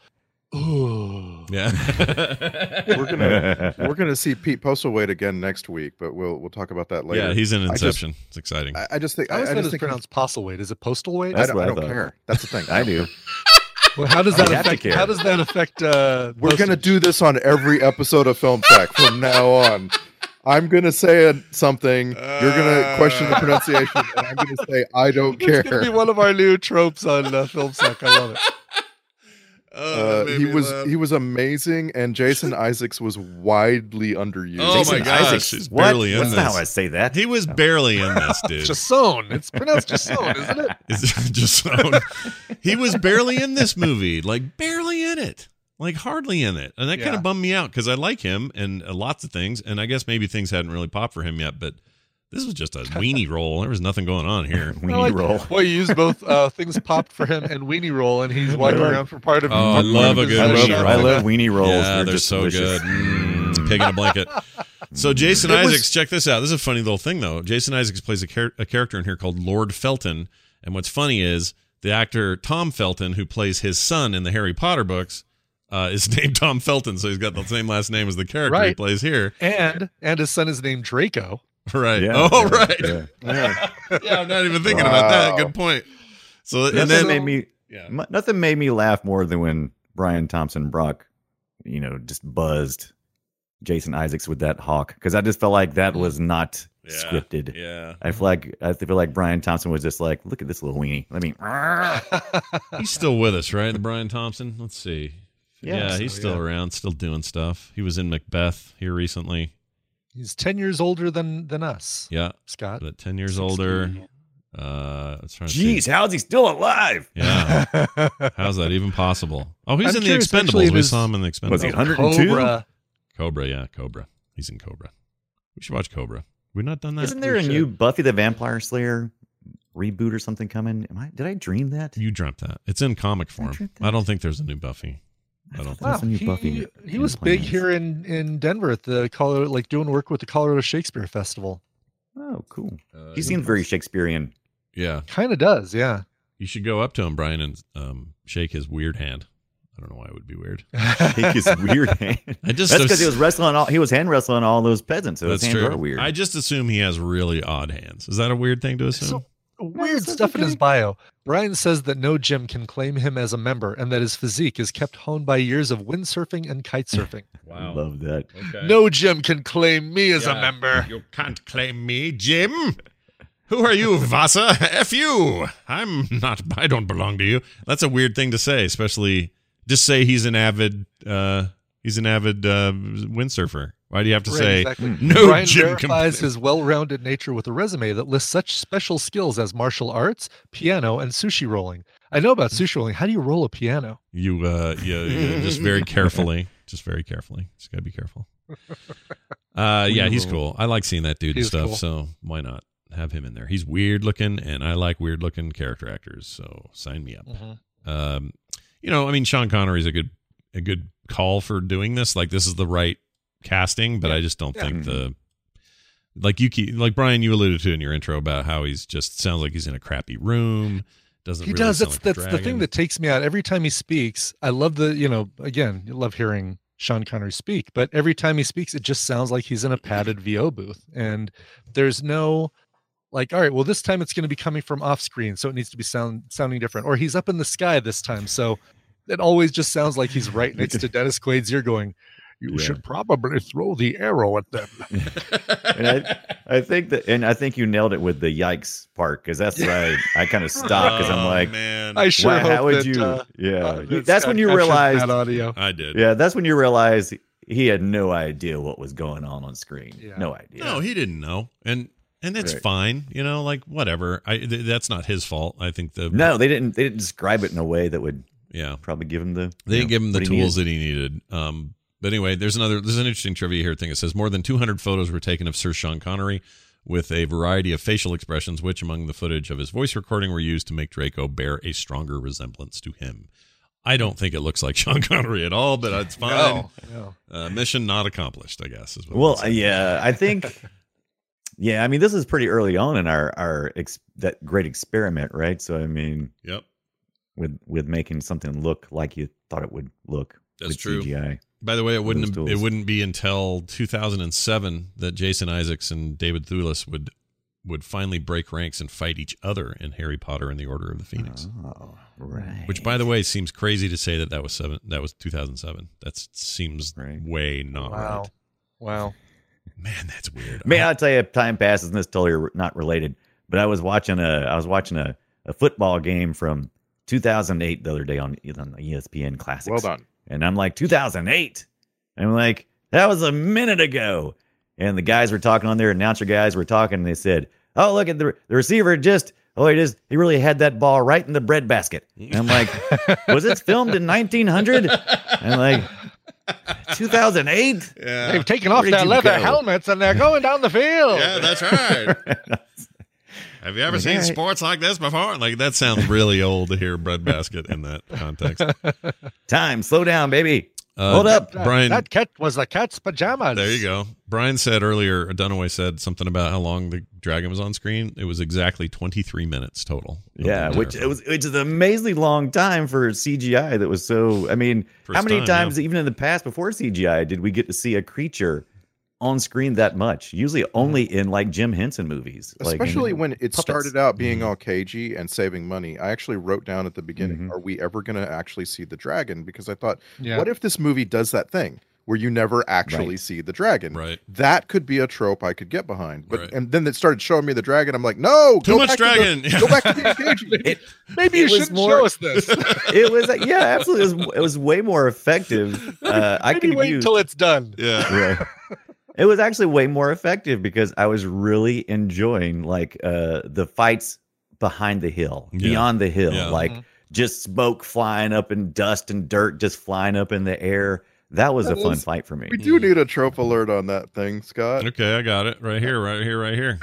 S8: go, ooh.
S1: yeah,
S7: We're gonna we're gonna see Pete Postlewaite again next week, but we'll we'll talk about that later.
S1: yeah, he's in
S7: I just-
S1: Inception. it's exciting.
S7: I, I just think
S8: I
S7: I,
S8: always
S7: I
S8: thought it
S7: just
S8: was
S7: think
S8: pronounced postal weight. Is it postal weight?
S7: I
S6: That's
S7: don't,
S6: what
S7: I
S6: I
S7: don't
S6: thought.
S7: care. That's the thing.
S6: I do.
S8: Well, how does
S6: I'd
S8: that
S6: have to
S8: affect?
S6: care.
S8: How does that affect? Uh,
S7: We're going to
S8: postage?
S7: do this on every episode of Film Tech from now on. I'm going to say it- something. You're going to question the pronunciation. And I'm going to say, I don't
S8: It's Uh. gonna be
S7: care.
S8: one of our new tropes on uh, film sec. I love it.
S7: Uh, he was he was amazing, and Jason Isaacs was widely underused.
S1: Oh my
S6: Jason
S1: gosh,
S6: Isaacs.
S1: he's
S6: What?
S1: barely in
S6: That's not
S1: this.
S6: how I say that.
S1: he was barely in this dude. just,
S8: Jason. It's pronounced Jason, isn't it?
S1: just so- he was barely in this movie, like barely in it, like hardly in it, and that kind
S8: Yeah.
S1: of bummed me out because I like him and uh, lots of things, and I guess maybe things hadn't really popped for him yet, but. This was just a weenie roll. There was nothing going on here.
S6: Weenie
S8: like-
S6: roll.
S8: Well, you used both uh, things popped for him and weenie roll, and he's walking around for part of.
S1: Oh, I love a
S8: his
S1: good
S6: I
S8: life.
S6: love,
S1: weenie roll.
S6: I love weenie rolls.
S1: Yeah, they're,
S6: just
S1: so
S6: delicious.
S1: good. Mm, pig in a blanket. So Jason
S7: It was-
S1: Isaacs, check this out. This is a funny little thing though. Jason Isaacs plays a, char- a character in here called Lord Felton, and what's funny is the actor Tom Felton, who plays his son in the Harry Potter books, uh, is named Tom Felton, so he's got the same last name as the character he
S8: Right.
S1: plays here.
S8: And and his son is named Draco.
S1: Right?
S6: Yeah,
S1: oh,
S6: yeah,
S1: right.
S6: yeah.
S1: Yeah. I'm not even thinking about that.
S7: Wow.
S1: Good point. So
S6: nothing
S1: and then
S6: made me
S1: yeah.
S6: m- nothing made me laugh more than when Brian Thompson Brock, you know, just buzzed Jason Isaacs with that hawk because I just felt like that was not
S1: Mm. Yeah.
S6: scripted.
S1: yeah.
S6: I feel like I feel like Brian Thompson was just like, look at this little weenie. Let me.
S1: He's still with us, right? The Brian Thompson. Let's see. Yeah,
S6: Yeah,
S1: he's
S8: so,
S1: still
S8: yeah.
S1: around, still doing stuff. He was in Macbeth here recently.
S8: He's ten years older than than us,
S1: Yeah,
S8: Scott.
S1: but ten years older. Uh, I was trying to see.
S6: Jeez, how's he still alive?
S1: Yeah, how's that even possible? Oh, he's
S8: I'm
S1: in the
S8: curious,
S1: Expendables.
S8: actually, if
S1: we
S8: his-
S1: saw him in the Expendables.
S6: Was he 102?
S8: Cobra.
S1: Cobra, yeah, Cobra. He's in Cobra. We should watch Cobra. We've not done that.
S6: Isn't there
S1: We
S6: a
S1: should.
S6: new Buffy the Vampire Slayer reboot or something coming? Am I? Did I dream that?
S1: You dreamt that. It's in comic form.
S6: dreamt that.
S1: I don't think there's a new Buffy. I don't.
S8: Wow,
S6: That's a new
S8: he,
S6: Buffy
S8: he was big
S6: implant.
S8: here in, in Denver at the Colorado, like doing work with the Colorado Shakespeare Festival.
S6: Oh, cool.
S1: Uh,
S6: He seems very Shakespearean.
S1: Yeah,
S8: Kind of does, yeah.
S1: you should go up to him, Brian, and um, shake his weird hand. I don't know why it would be weird.
S6: Take his weird hand.
S1: I just
S6: That's because he was wrestling. All, he was hand wrestling all those peasants. So his
S1: That's
S6: hands
S1: true.
S6: are weird.
S1: I just assume he has really odd hands. Is that a weird thing to assume?
S8: So- Weird
S6: that's
S8: stuff in his
S6: okay.
S8: bio. Brian says that no gym can claim him as a member and that his physique is kept honed by years of windsurfing and kitesurfing.
S6: love that.
S1: Okay.
S8: no gym can claim me as
S1: Yeah.
S8: a member.
S1: You can't claim me, Jim. Who are you, Vasa? F you. I'm not. I don't belong to you. That's a weird thing to say, especially just say he's an avid. Uh, he's an avid uh, windsurfer. Why do you have to
S8: Right,
S1: say
S8: exactly.
S1: no
S8: Brian
S1: gym? can
S8: verifies
S1: play-
S8: his well-rounded nature with a resume that lists such special skills as martial arts, piano, and sushi rolling. I know
S1: Hmm.
S8: about sushi rolling. How do you roll a piano?
S1: You, uh, yeah, yeah, just very carefully. Just very carefully. Just gotta be careful. Uh, yeah, he's cool. I like seeing that dude and
S8: He's
S1: stuff.
S8: cool.
S1: So why not have him in there? He's weird looking, and I like weird looking character actors. So sign me up. Um, you know, I mean, Sean Connery's a good a good call for doing this. Like this is the right casting, but I just don't think the like Yuki, like Brian, you alluded to in your intro about how he's just sounds like he's in a crappy room. Doesn't
S8: he
S1: really
S8: does.
S1: sound like
S8: That's
S1: a
S8: that's the thing
S1: dragon.
S8: that takes me out every time he speaks. I love the you know again, I love hearing Sean Connery speak, but every time he speaks, it just sounds like he's in a padded VO booth, and there's no like, all right, well this time it's going to be coming from off screen, so it needs to be sound sounding different, or he's up in the sky this time, so it always just sounds like he's right next to Dennis Quaid's ear, going, "You
S6: Yeah.
S8: should probably throw the arrow at them."
S6: and I, I think that, and I think you nailed it with the yikes part because that's where I, I kind of stopped because I'm
S1: Oh,
S6: like,
S1: man,
S8: I
S1: I,
S8: sure
S6: why,
S8: hope
S6: how would
S8: that,
S6: you?
S8: uh,
S6: yeah,
S8: uh,
S6: You-
S8: that
S6: that's
S8: Scott
S6: when you
S8: captured
S6: realize.
S8: that audio.
S1: did.
S6: Yeah, that's when you realize he had no idea what was going on on screen.
S8: Yeah.
S6: No idea.
S1: No, he didn't know, and and that's
S6: Right.
S1: fine. You know, like whatever. I th- that's not his fault. I think the
S6: no, they didn't. They didn't describe it in a way that would
S1: yeah.
S6: probably give him the.
S1: They
S6: you
S1: didn't
S6: know,
S1: give him the
S6: what he needed.
S1: tools that he needed. Um, but anyway, there's another. There's an interesting trivia here thing. It says more than 200 photos were taken of Sir Sean Connery with a variety of facial expressions, which among the footage of his voice recording were used to make Draco bear a stronger resemblance to him. I don't think it looks like Sean Connery at all, but it's fine.
S8: No, no.
S1: Uh, mission not accomplished, I guess. Is what
S6: Well,
S1: I'd
S6: uh,
S1: say.
S6: yeah, I think. Yeah, I mean, this is pretty early on in our our ex- that great experiment, right? So, I mean,
S1: Yep.
S6: with with making something look like you thought it would look.
S1: That's
S6: with
S1: true.
S6: CGI.
S1: By the way, it wouldn't
S6: Those
S1: it
S6: tools.
S1: wouldn't be until 2007 that Jason Isaacs and David Thewlis would would finally break ranks and fight each other in Harry Potter and the Order of the Phoenix.
S6: Oh, right.
S1: Which, by the way, seems crazy to say that that was seven. That was 2007. That seems
S6: Right.
S1: way not
S8: wow,
S1: right.
S8: wow.
S1: Man, that's weird.
S6: May I tell you, time passes, and this is totally re- not related. But I was watching a I was watching a, a football game from 2008 the other day on, on E ESPN Classics.
S7: Well done.
S6: And I'm like 2008. And I'm like that was a minute ago. And the guys were talking on there, announcer guys were talking, and they said, "Oh, look at the the receiver just." Oh, he just he really had that ball right in the breadbasket. And I'm like, was it filmed in 1900? And like 2008?
S1: yeah.
S8: They've taken off
S6: Where'd
S8: their
S6: you
S8: leather
S6: go?
S8: helmets and they're going down the field.
S1: that's right. Have you ever
S6: Like, seen all right.
S1: sports like this before? Like that sounds really old to hear breadbasket in that context. Uh,
S6: Time, slow down, baby. Hold up.
S8: That-
S1: Brian.
S8: That cat was the cat's pajamas.
S1: There you go. Brian said earlier, Dunaway said something about how long the dragon was on screen. It was exactly 23 minutes total.
S6: Yeah, which it was, which is an amazingly long time for CGI. That was so. I mean, how
S1: First
S6: many
S1: time,
S6: times,
S1: yeah.
S6: even in the past before CGI, did we get to see a creature on screen that much? Usually, only
S8: Mm-hmm.
S6: in like Jim Henson movies, like, you
S7: Especially
S6: know,
S7: when it
S6: puppets. Mm-hmm.
S7: started out being all cagey and saving money. I actually wrote down at the beginning,
S6: Mhm.
S7: are we ever going to actually see the dragon? Because I thought,
S8: Yeah.
S7: what if this movie does that thing where you never actually
S6: Right.
S7: see the dragon?
S1: Right.
S7: That could be a trope I could get behind. But
S1: Right.
S7: and then it started showing me the dragon. I'm like, no,
S1: Too
S7: go
S1: much
S7: back to the-
S1: dragon.
S7: go back to the cagey.
S6: It-
S8: Maybe
S6: It
S8: you
S6: was
S8: shouldn't
S6: more-
S8: show us this.
S6: it was. Yeah, absolutely. It was, it was way more effective. Uh, I
S8: Maybe
S6: could
S8: wait
S6: use.
S8: until it's done.
S1: Yeah.
S6: Right. It was actually way more effective because I was really enjoying like uh the fights behind the hill,
S1: Yeah.
S6: beyond the hill,
S1: Yeah.
S6: like
S8: Mhm.
S6: just smoke flying up and dust and dirt just flying up in the air. That was
S7: That
S6: a fun
S7: was-
S6: fight for me.
S7: We do need a trope alert on that thing, Scott.
S1: Okay, I got it. Right here, right here, right here.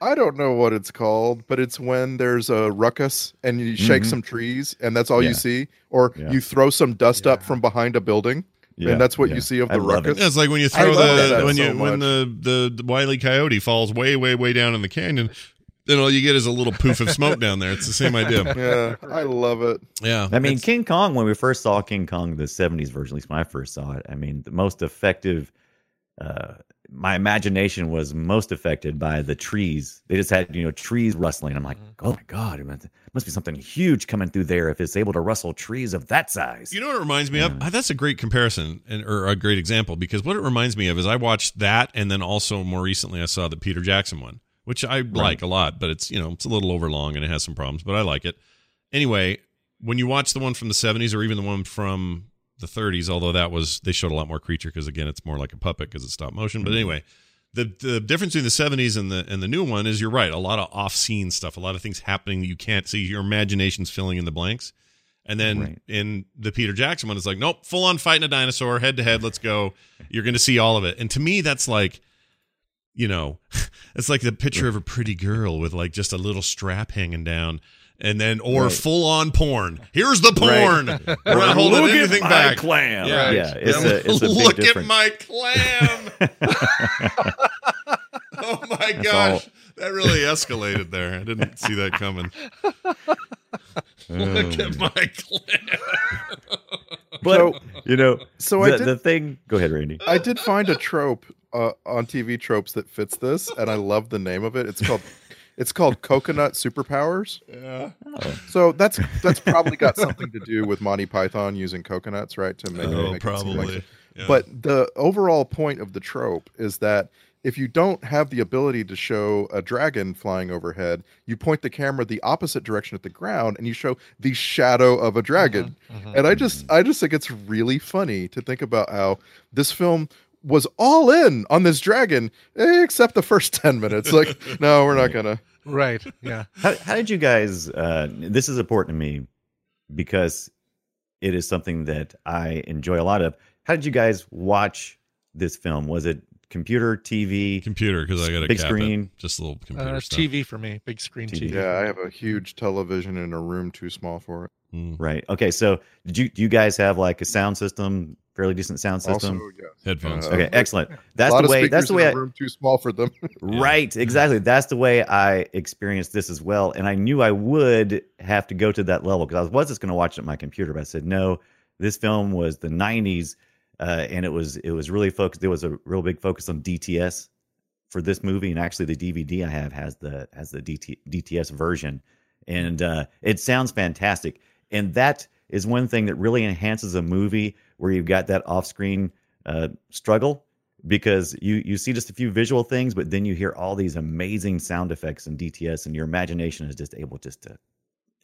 S7: I don't know what it's called, but it's when there's a ruckus and you shake
S6: Mhm.
S7: some trees and that's all
S6: Yeah.
S7: you see, or
S6: Yeah.
S7: you throw some dust up from behind a building and that's what
S6: yeah.
S7: you see of
S6: I
S7: the
S6: love it.
S7: ruckus.
S1: Yeah, it's like when you
S7: I
S1: throw
S7: love
S1: the
S7: that
S1: when
S7: so
S1: you when
S7: much.
S1: the, the the wily coyote falls way way way down in the canyon, then all you get is a little poof of smoke down there. It's the same idea.
S7: Yeah, I love it.
S1: Yeah.
S6: I mean,
S1: it's-
S6: King Kong, when we first saw King Kong, the 70s version, at least when I first saw it, I mean, the most effective, uh, my imagination was most affected by the trees. They just had, you know, trees rustling. I'm like,
S7: Mm-hmm.
S6: oh my God, it must must be something huge coming through there if it's able to rustle trees of that size.
S1: You know what it reminds me of? Ah, That's a great comparison and or a great example because what it reminds me of is I watched that and then also more recently I saw the Peter Jackson one, which I like a lot, but it's you know it's a little overlong and it has some problems, but I like it. Anyway, when you watch the one from the 70s or even the one from the 30s, although that was they showed a lot more creature because again it's more like a puppet because it's stop motion, but anyway. The, the difference between the 70s and the and the new one is you're right a lot of off-scene stuff a lot of things happening that you can't see your imagination's filling in the blanks and then
S6: Right.
S1: in the Peter Jackson one, it's like, nope, full on fighting a dinosaur, head to head, let's go. You're going to see all of it. And to me, that's like, you know, it's like the
S6: Mm.
S1: picture of a pretty girl with like just a little strap hanging down. And then, or
S6: Right.
S1: full on porn. Here's the porn. We're not holding
S6: Look
S1: anything
S6: at my
S1: back.
S6: clam. Yeah,
S1: Right.
S6: it's, a, it's a big
S1: Look
S6: difference.
S1: at my clam. Oh my
S6: That's
S1: gosh. That really escalated there. I didn't see that coming.
S6: Oh,
S1: Look at my clip.
S6: But
S7: So-
S6: you know,
S7: So
S6: the,
S7: I did
S6: the thing. Go ahead, Randy.
S7: I did find a trope uh, on TV tropes that fits this, and I love the name of it. It's called it's called Coconut Superpowers.
S1: Yeah.
S7: So that's that's probably got something to do with Monty Python using coconuts, right? To make,
S1: Oh,
S7: make it seem like
S1: probably.
S7: it.
S1: Yeah.
S7: But the overall point of the trope is that if you don't have the ability to show a dragon flying overhead, you point the camera the opposite direction at the ground and you show the shadow of a dragon.
S8: Uh-huh.
S7: And I just I just think it's really funny to think about how this film was all in on this dragon eh, except the first 10 minutes like no we're not gonna
S8: Right. Yeah.
S6: How, how did you guys? Uh, this is important to me because it is something that I enjoy a lot of. How did you guys watch this film? Was it computer, TV?
S1: computer because I got a
S6: Big
S1: cap
S6: screen.
S1: It. Just a little
S8: Uh,
S1: computer stuff.
S8: TV for me, big screen
S6: TV.
S8: TV.
S7: yeah i have a huge television in a room too small for it
S1: Mm.
S6: Right. Okay. So did you do you guys have like a sound system? Fairly decent sound system.
S7: also yeah
S1: Headphones.
S7: Uh,
S6: okay. Excellent.
S7: a
S6: That's
S7: lot
S6: the
S7: of
S6: way. That's
S7: speakers
S6: the way.
S7: in
S6: I,
S7: a room too small for them
S1: Yeah.
S6: Right, exactly. That's the way I experienced this as well. And I knew I would have to go to that level because I was just going to watch it on my computer, but I said no. This film was the '90s, uh, and it was it was really focused. There was a real big focus on DTS for this movie, and actually the DVD I have has the has the DT, DTS version, and uh, it sounds fantastic. And that is one thing that really enhances a movie where you've got that off-screen uh, struggle because you you see just a few visual things, but then you hear all these amazing sound effects and DTS, and your imagination is just able just to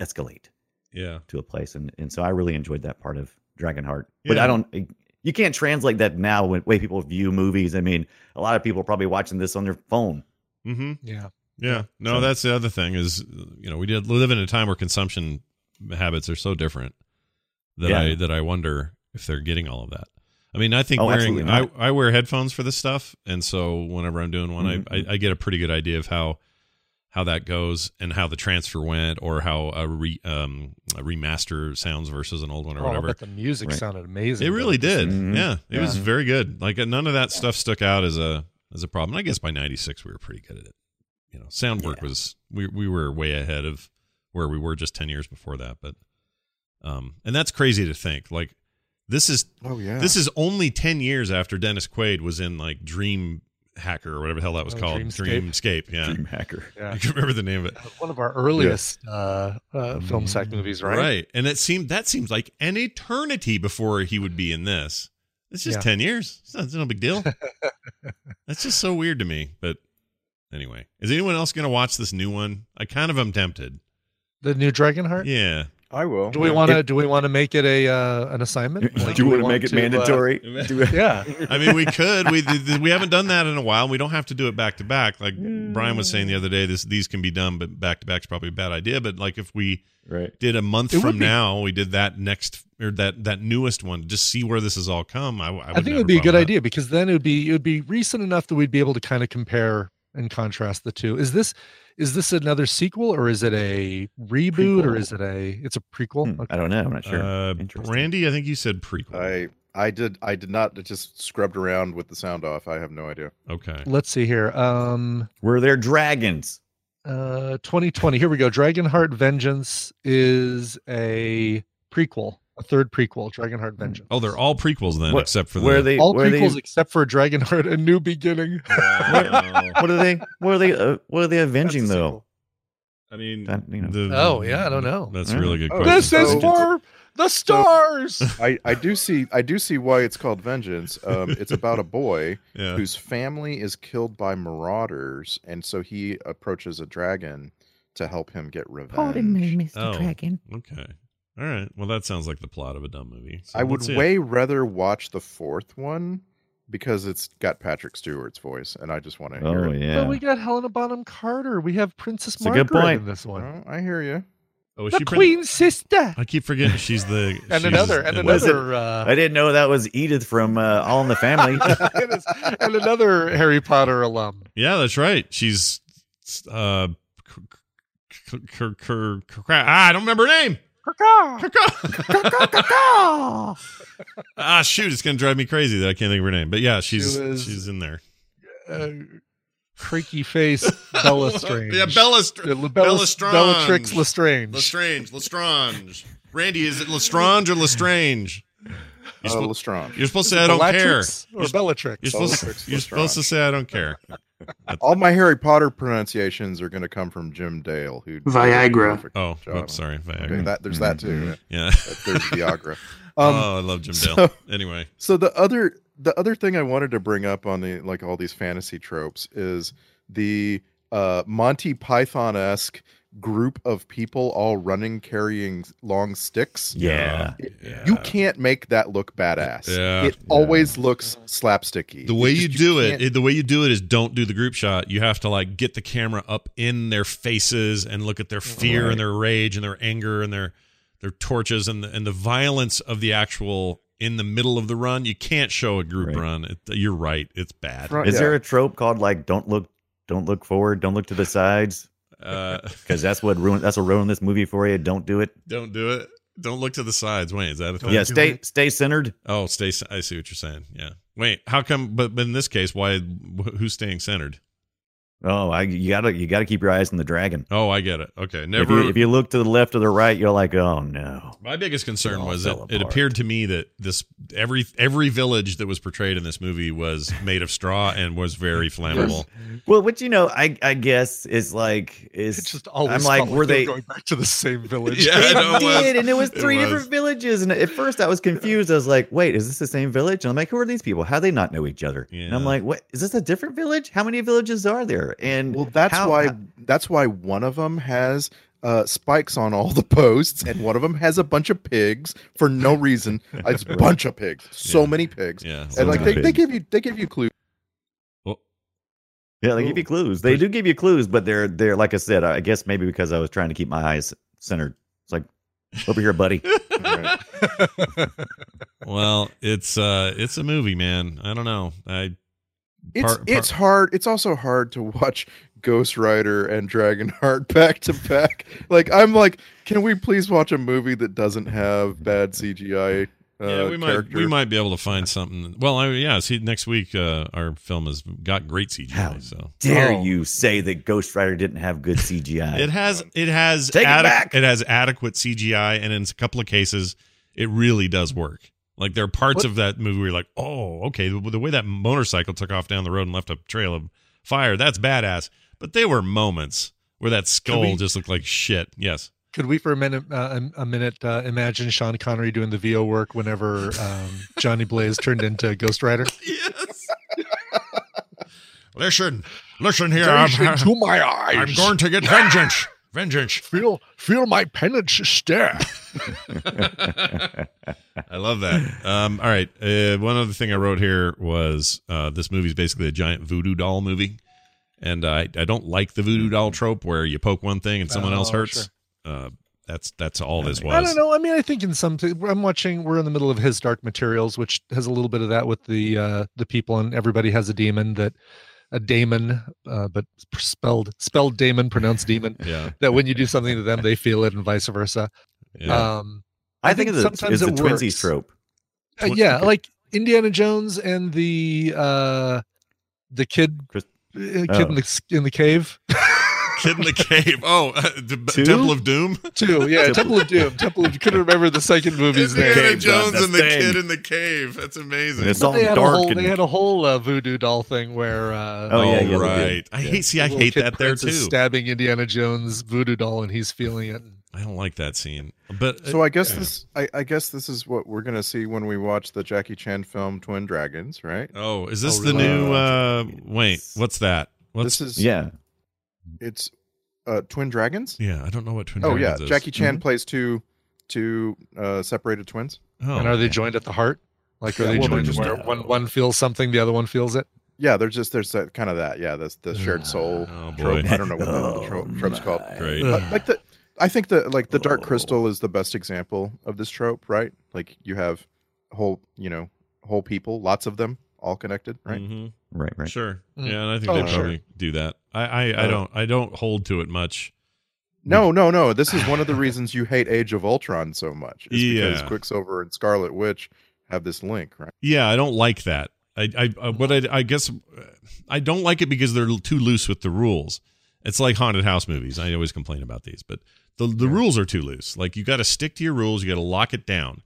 S6: escalate
S1: Yeah.
S6: to a place. And and so I really enjoyed that part of Dragonheart. But
S1: Yeah.
S6: I don't. eh, You can't translate that now when way people view movies. I mean, a lot of people are probably watching this on their phone.
S1: Mm-hmm.
S8: Yeah.
S1: Yeah. No,
S6: So-
S1: that's the other thing is, you know, we did live in a time where consumption habits are so different that
S6: Yeah.
S1: I that I wonder if they're getting all of that. I mean, I think
S6: Oh,
S1: wearing
S6: absolutely
S1: I,
S6: not.
S1: I wear headphones for this stuff, and so whenever I'm doing one,
S6: Mm-hmm.
S1: I, I I get a pretty good idea of how how that goes and how the transfer went, or how a re um a remaster sounds versus an old one or
S8: Oh, I
S1: whatever.
S8: bet the music
S6: Right.
S8: sounded amazing.
S1: It really did.
S6: Mhm.
S1: Yeah, it was
S6: Yeah.
S1: very good. Like uh, none of that stuff stuck out as a as a problem. I guess by '96 we were pretty good at it. You know, sound work
S6: Yeah.
S1: was we we were way ahead of where we were just ten years before that. But um, and that's crazy to think. Like this is
S7: oh yeah
S1: this is only ten years after Dennis Quaid was in like Dream Hacker or whatever the hell that was
S8: Oh,
S1: called.
S8: Dreamscape.
S1: Dreamscape. Yeah,
S6: Dream Hacker.
S8: Yeah.
S1: I can remember the name of it.
S8: One of our earliest uh, uh, film
S1: Mm.
S8: sack movies, right?
S1: And it seemed that seems like an eternity before he would be in this. It's just
S8: Yeah.
S1: ten years. It's, not, it's no big deal. That's just so weird to me. But anyway, is anyone else going to watch this new one? I kind of am tempted.
S8: The new Dragonheart.
S1: Yeah.
S7: i will
S8: Do we want to? Do we want to make it a uh, an assignment? Like,
S6: do you
S8: we
S6: want to make it
S8: to, uh,
S6: mandatory? Do-
S8: yeah.
S1: I mean, we could. We th- th- we haven't done that in a while. We don't have to do it back to back. Like Brian was saying the other day, this these can be done, but back to back is probably a bad idea. But like if we
S6: right.
S1: did a month
S8: It would
S1: from
S8: be-
S1: now, we did that next or that that newest one, just see where this has all come. I, w- I,
S8: I,
S1: would
S8: think
S1: never
S8: it would be a
S1: problem
S8: good
S1: with that.
S8: idea because then it would be it would be recent enough that we'd be able to kind of compare and contrast the two. Is this is this another sequel or is it a reboot or
S6: Prequel.
S8: is it a it's a prequel?
S6: Hmm,
S8: Okay.
S6: I don't know. I'm not sure.
S1: Uh,
S6: Interesting.
S1: Randy, I think you said prequel.
S7: I I did I did not I just scrubbed around with the sound off. I have no idea.
S1: okay.
S8: Let's see here. Um
S6: Were there dragons?
S8: uh 2020. Here we go. Dragonheart Vengeance is a prequel, a third prequel, Dragonheart Vengeance.
S1: Oh, they're all prequels then,
S6: What-
S1: except for
S6: Were
S1: the,
S6: they?
S8: all
S6: were they-
S8: prequels except for Dragonheart A New Beginning.
S1: Wow.
S6: what are they? What are they? Uh, what are they
S8: That's a
S6: avenging though?
S8: sequel.
S1: I mean,
S6: That, you know.
S1: the,
S8: Oh, yeah, I don't know.
S1: That's
S6: Yeah.
S1: a really good
S7: Oh,
S1: question.
S8: This
S7: So-
S8: is for the stars.
S7: I I do see I do see why it's called Vengeance. Um, it's about a boy
S1: yeah.
S7: whose family is killed by marauders, and so he approaches a dragon to help him get revenge.
S9: Mr.
S1: Oh. Dragon. Okay. All right. Well, that sounds like the plot of a dumb movie. So
S7: I
S1: let's
S7: would
S1: see it.
S7: way rather watch the fourth one because it's got Patrick Stewart's voice, and I just want to hear
S6: oh
S7: it.
S6: yeah.
S8: But we got Helena Bonham Carter. We have Princess
S6: It's a good
S8: Margaret
S6: point.
S8: in this one.
S7: Well, I hear you.
S1: Oh, is
S8: the
S1: she pre-
S8: Queen's sister.
S1: I keep forgetting she's the
S8: And
S1: she's-
S8: another, and
S6: Oh, was it-
S8: another, uh,
S6: I didn't know that was Edith from uh, All in the Family.
S8: it is- and another Harry Potter alum.
S1: Yeah, that's right. She's uh, cr- cr- cr- cr- cr- cra- ah, I don't remember her name. ah, shoot, it's gonna drive me crazy that I can't think of her name. But yeah, she's
S8: was-
S1: she's in there.
S8: Uh, creaky face Bella Strange.
S1: Yeah, Bella Str-
S8: Yeah, La-
S1: Bella
S8: Bella,
S1: Strange.
S8: Bellatrix Lestrange.
S1: Lestrange, Lestrange. Randy, is it Lestrange or Lestrange? You're,
S7: Uh,
S1: suppo-
S7: Lestrange.
S1: you're supposed to say I don't care.
S8: Bellatrix Or Bellatrix.
S1: You're supposed,
S7: Bellatrix
S1: you're supposed to say I don't care.
S7: All my Harry Potter pronunciations are going to come from Jim Dale, who
S9: Viagra.
S7: Perfect
S1: Oh,
S7: job.
S1: whoops, sorry. Viagra.
S7: Okay, that, there's that too.
S1: Yeah.
S7: There's Viagra. Um,
S1: oh, I love Jim Dale.
S7: so-
S1: anyway,
S7: so the other the other thing I wanted to bring up on the like all these fantasy tropes is the uh Monty Python esque group of people all running carrying long sticks.
S6: Yeah.
S1: yeah.
S7: You can't make that look badass.
S1: Yeah.
S7: it always looks slapsticky.
S1: the way you,
S7: just-
S1: do
S7: can't-
S1: it, the way you do it is don't do the group shot. You have to like get the camera up in their faces and look at their fear and their rage and their anger and their their torches and the, and the violence of the actual in the middle of the run. You can't show a group
S6: Right.
S1: run. It, you're right. It's bad.
S7: Front-
S6: Is
S7: yeah.
S6: there a trope called like don't look don't look forward, don't look to the sides?
S1: Uh,
S6: Because that's what ruined that's what ruined this movie for you. Don't do it.
S1: don't do it. Don't look to the sides. Wait, is that a thing?
S6: yeah, stay stay centered.
S1: Oh, stay. c- I see what you're saying. Yeah. Wait, how come? But, but in this case, why? wh- Who's staying centered?
S6: Oh, I you gotta you gotta keep your eyes on the dragon.
S1: Oh, I get it. Okay.
S6: If
S1: Never.
S6: you, if you look to the left or the right, you're like, oh no.
S1: My biggest concern
S6: all
S1: was that
S6: fell
S1: it
S6: apart.
S1: appeared to me that this every every village that was portrayed in this movie was made of straw and was very flammable.
S6: Well, which you know, I I guess is like is
S8: Mm-hmm. It's just always
S6: I'm like,
S8: felt
S6: were
S8: they were
S6: they?
S8: going back to the same village?
S1: Yeah, I know it
S6: It
S1: was.
S6: did, and it was
S1: It
S6: three
S1: was.
S6: different villages. And at first, I was confused. I was like, "Wait, is this the same village?" And I'm like, "Who are these people? How do they not know each other?" And I'm
S1: Yeah.
S6: like, "What is this a different village? How many villages are there?" And
S7: Well, that's
S6: how-
S7: why that's why one of them has uh, spikes on all the posts, and one of them has a bunch of pigs for no reason. It's a bunch of pigs, so
S1: Yeah.
S7: many pigs,
S1: Yeah.
S7: and like they,
S6: many
S7: they
S6: pigs.
S7: give you they give you clues.
S6: Yeah, they give you clues. They do give you clues, but they're they're like I said, I guess maybe because I was trying to keep my eyes centered. It's like over here, buddy.
S7: Right.
S1: well, it's uh it's a movie, man. I don't know. I
S7: It's
S1: Part- part-
S7: it's hard. It's also hard to watch Ghost Rider and Dragonheart back to back. Like I'm like, can we please watch a movie that doesn't have bad CGI? Uh,
S1: yeah, we might
S7: character?
S1: we might be able to find something. Well, I, yeah, see next week uh, our film has got great CGI,
S6: How
S1: so
S6: Dare
S8: Oh.
S6: you say that Ghost Rider didn't have good CGI?
S1: it has it has
S6: Take it back.
S1: it has adequate CGI, and in a couple of cases, it really does work. Like there are parts
S8: What-
S1: of that movie where you're like, oh, okay, the, the way that motorcycle took off down the road and left a trail of fire, that's badass. But there were moments where that skull
S8: we-
S1: just looked like shit. Yes,
S8: Could we, for a minute, uh, a- a minute, uh, imagine Sean Connery doing the VO work whenever um, Johnny Blaze turned into Ghost Rider?
S1: yes. listen, listen here.
S8: to my eyes.
S1: to get vengeance. Vengeance.
S8: feel feel my penance stare.
S1: I love that. Um, all right. Uh, one other thing I wrote here was uh, this movie is basically a giant voodoo doll movie. And I, I don't like the voodoo doll trope where you poke one thing and someone else
S8: Oh,
S1: hurts.
S8: sure.
S1: Uh, that's that's all this was.
S8: I don't know. I mean, I think in some, I'm watching. We're in the middle of his Dark Materials, which has a little bit of that with the uh, the people, and everybody has a demon that a daemon, uh, but spelled spelled daemon, pronounced demon.
S1: Yeah.
S8: That when you do something to them, they feel it, and vice versa.
S1: yeah.
S8: Um,
S6: I
S8: I
S6: think,
S8: think
S6: it's the,
S8: sometimes
S6: it's the
S8: it
S6: twinsies
S8: works.
S6: trope.
S8: uh, yeah, like Indiana Jones and the uh, the kid,
S6: Chris-
S8: uh, kid
S6: oh.
S8: in the in the cave.
S1: Kid in the cave. Oh, uh, the B-
S6: Two?
S1: Temple of Doom.
S8: Two, yeah, Temple of Doom. Temple of couldn't remember the second movie's name.
S1: Indiana
S6: Cave
S1: Jones
S6: does
S1: and
S6: the
S1: the
S6: thing.
S1: kid in the cave. That's amazing.
S6: And it's
S8: But
S6: all
S8: they had a
S6: dark.
S8: whole,
S6: and,
S8: they had a whole uh, voodoo doll thing where uh,
S6: Oh, yeah,
S1: All
S6: yeah, they do.
S1: right. I
S6: Yeah.
S1: hate. See, I
S8: little
S1: hate
S8: kid
S1: that there
S8: Prince
S1: too.
S8: is stabbing Indiana Jones voodoo doll, and he's feeling it.
S1: I don't like that scene. But
S7: So I guess
S1: yeah.
S7: this I, I guess this is what we're gonna see when we watch the Jackie Chan film Twin Dragons, right?
S1: Oh, is this
S8: Oh,
S1: the
S8: really?
S1: new? Uh,
S6: Yes.
S1: wait, what's that? What's
S7: this is
S6: yeah,
S7: it's uh Twin Dragons.
S1: yeah? I don't know what Twin
S7: oh yeah,
S1: Dragons is. Mm-hmm.
S7: Jackie Chan plays two two uh separated twins.
S1: Oh.
S8: and are they joined at the heart? Like, are
S7: Yeah,
S8: they
S7: well, they're
S8: joined
S7: just-
S8: where one one feels something, the other one feels it?
S7: Yeah, there's just there's that kind of that, yeah, that's the shared soul
S1: Oh,
S7: trope.
S1: boy.
S7: I don't know what
S6: Oh,
S7: the tro- trope's called.
S1: Great.
S7: But like the I think the like the Dark Crystal is the best example of this trope, right? Like you have whole you know, whole people, lots of them, all connected, right?
S1: Mhm.
S6: right, right.
S1: Sure.
S8: Mm.
S1: Yeah, and I think
S8: Oh,
S1: they
S8: sure. Oh.
S1: probably do that. I, I, I
S7: Uh,
S1: don't I don't hold to it much.
S7: No, no, no. This is one of the reasons you hate Age of Ultron so much. Is because
S1: Yeah.
S7: Quicksilver and Scarlet Witch have this link, right?
S1: Yeah, I don't like that. I, I, I what I, I guess uh, I don't like it because they're too loose with the rules. It's like haunted house movies. I always complain about these, but the the rules are too loose. Like you got to stick to your rules. You got to lock it down.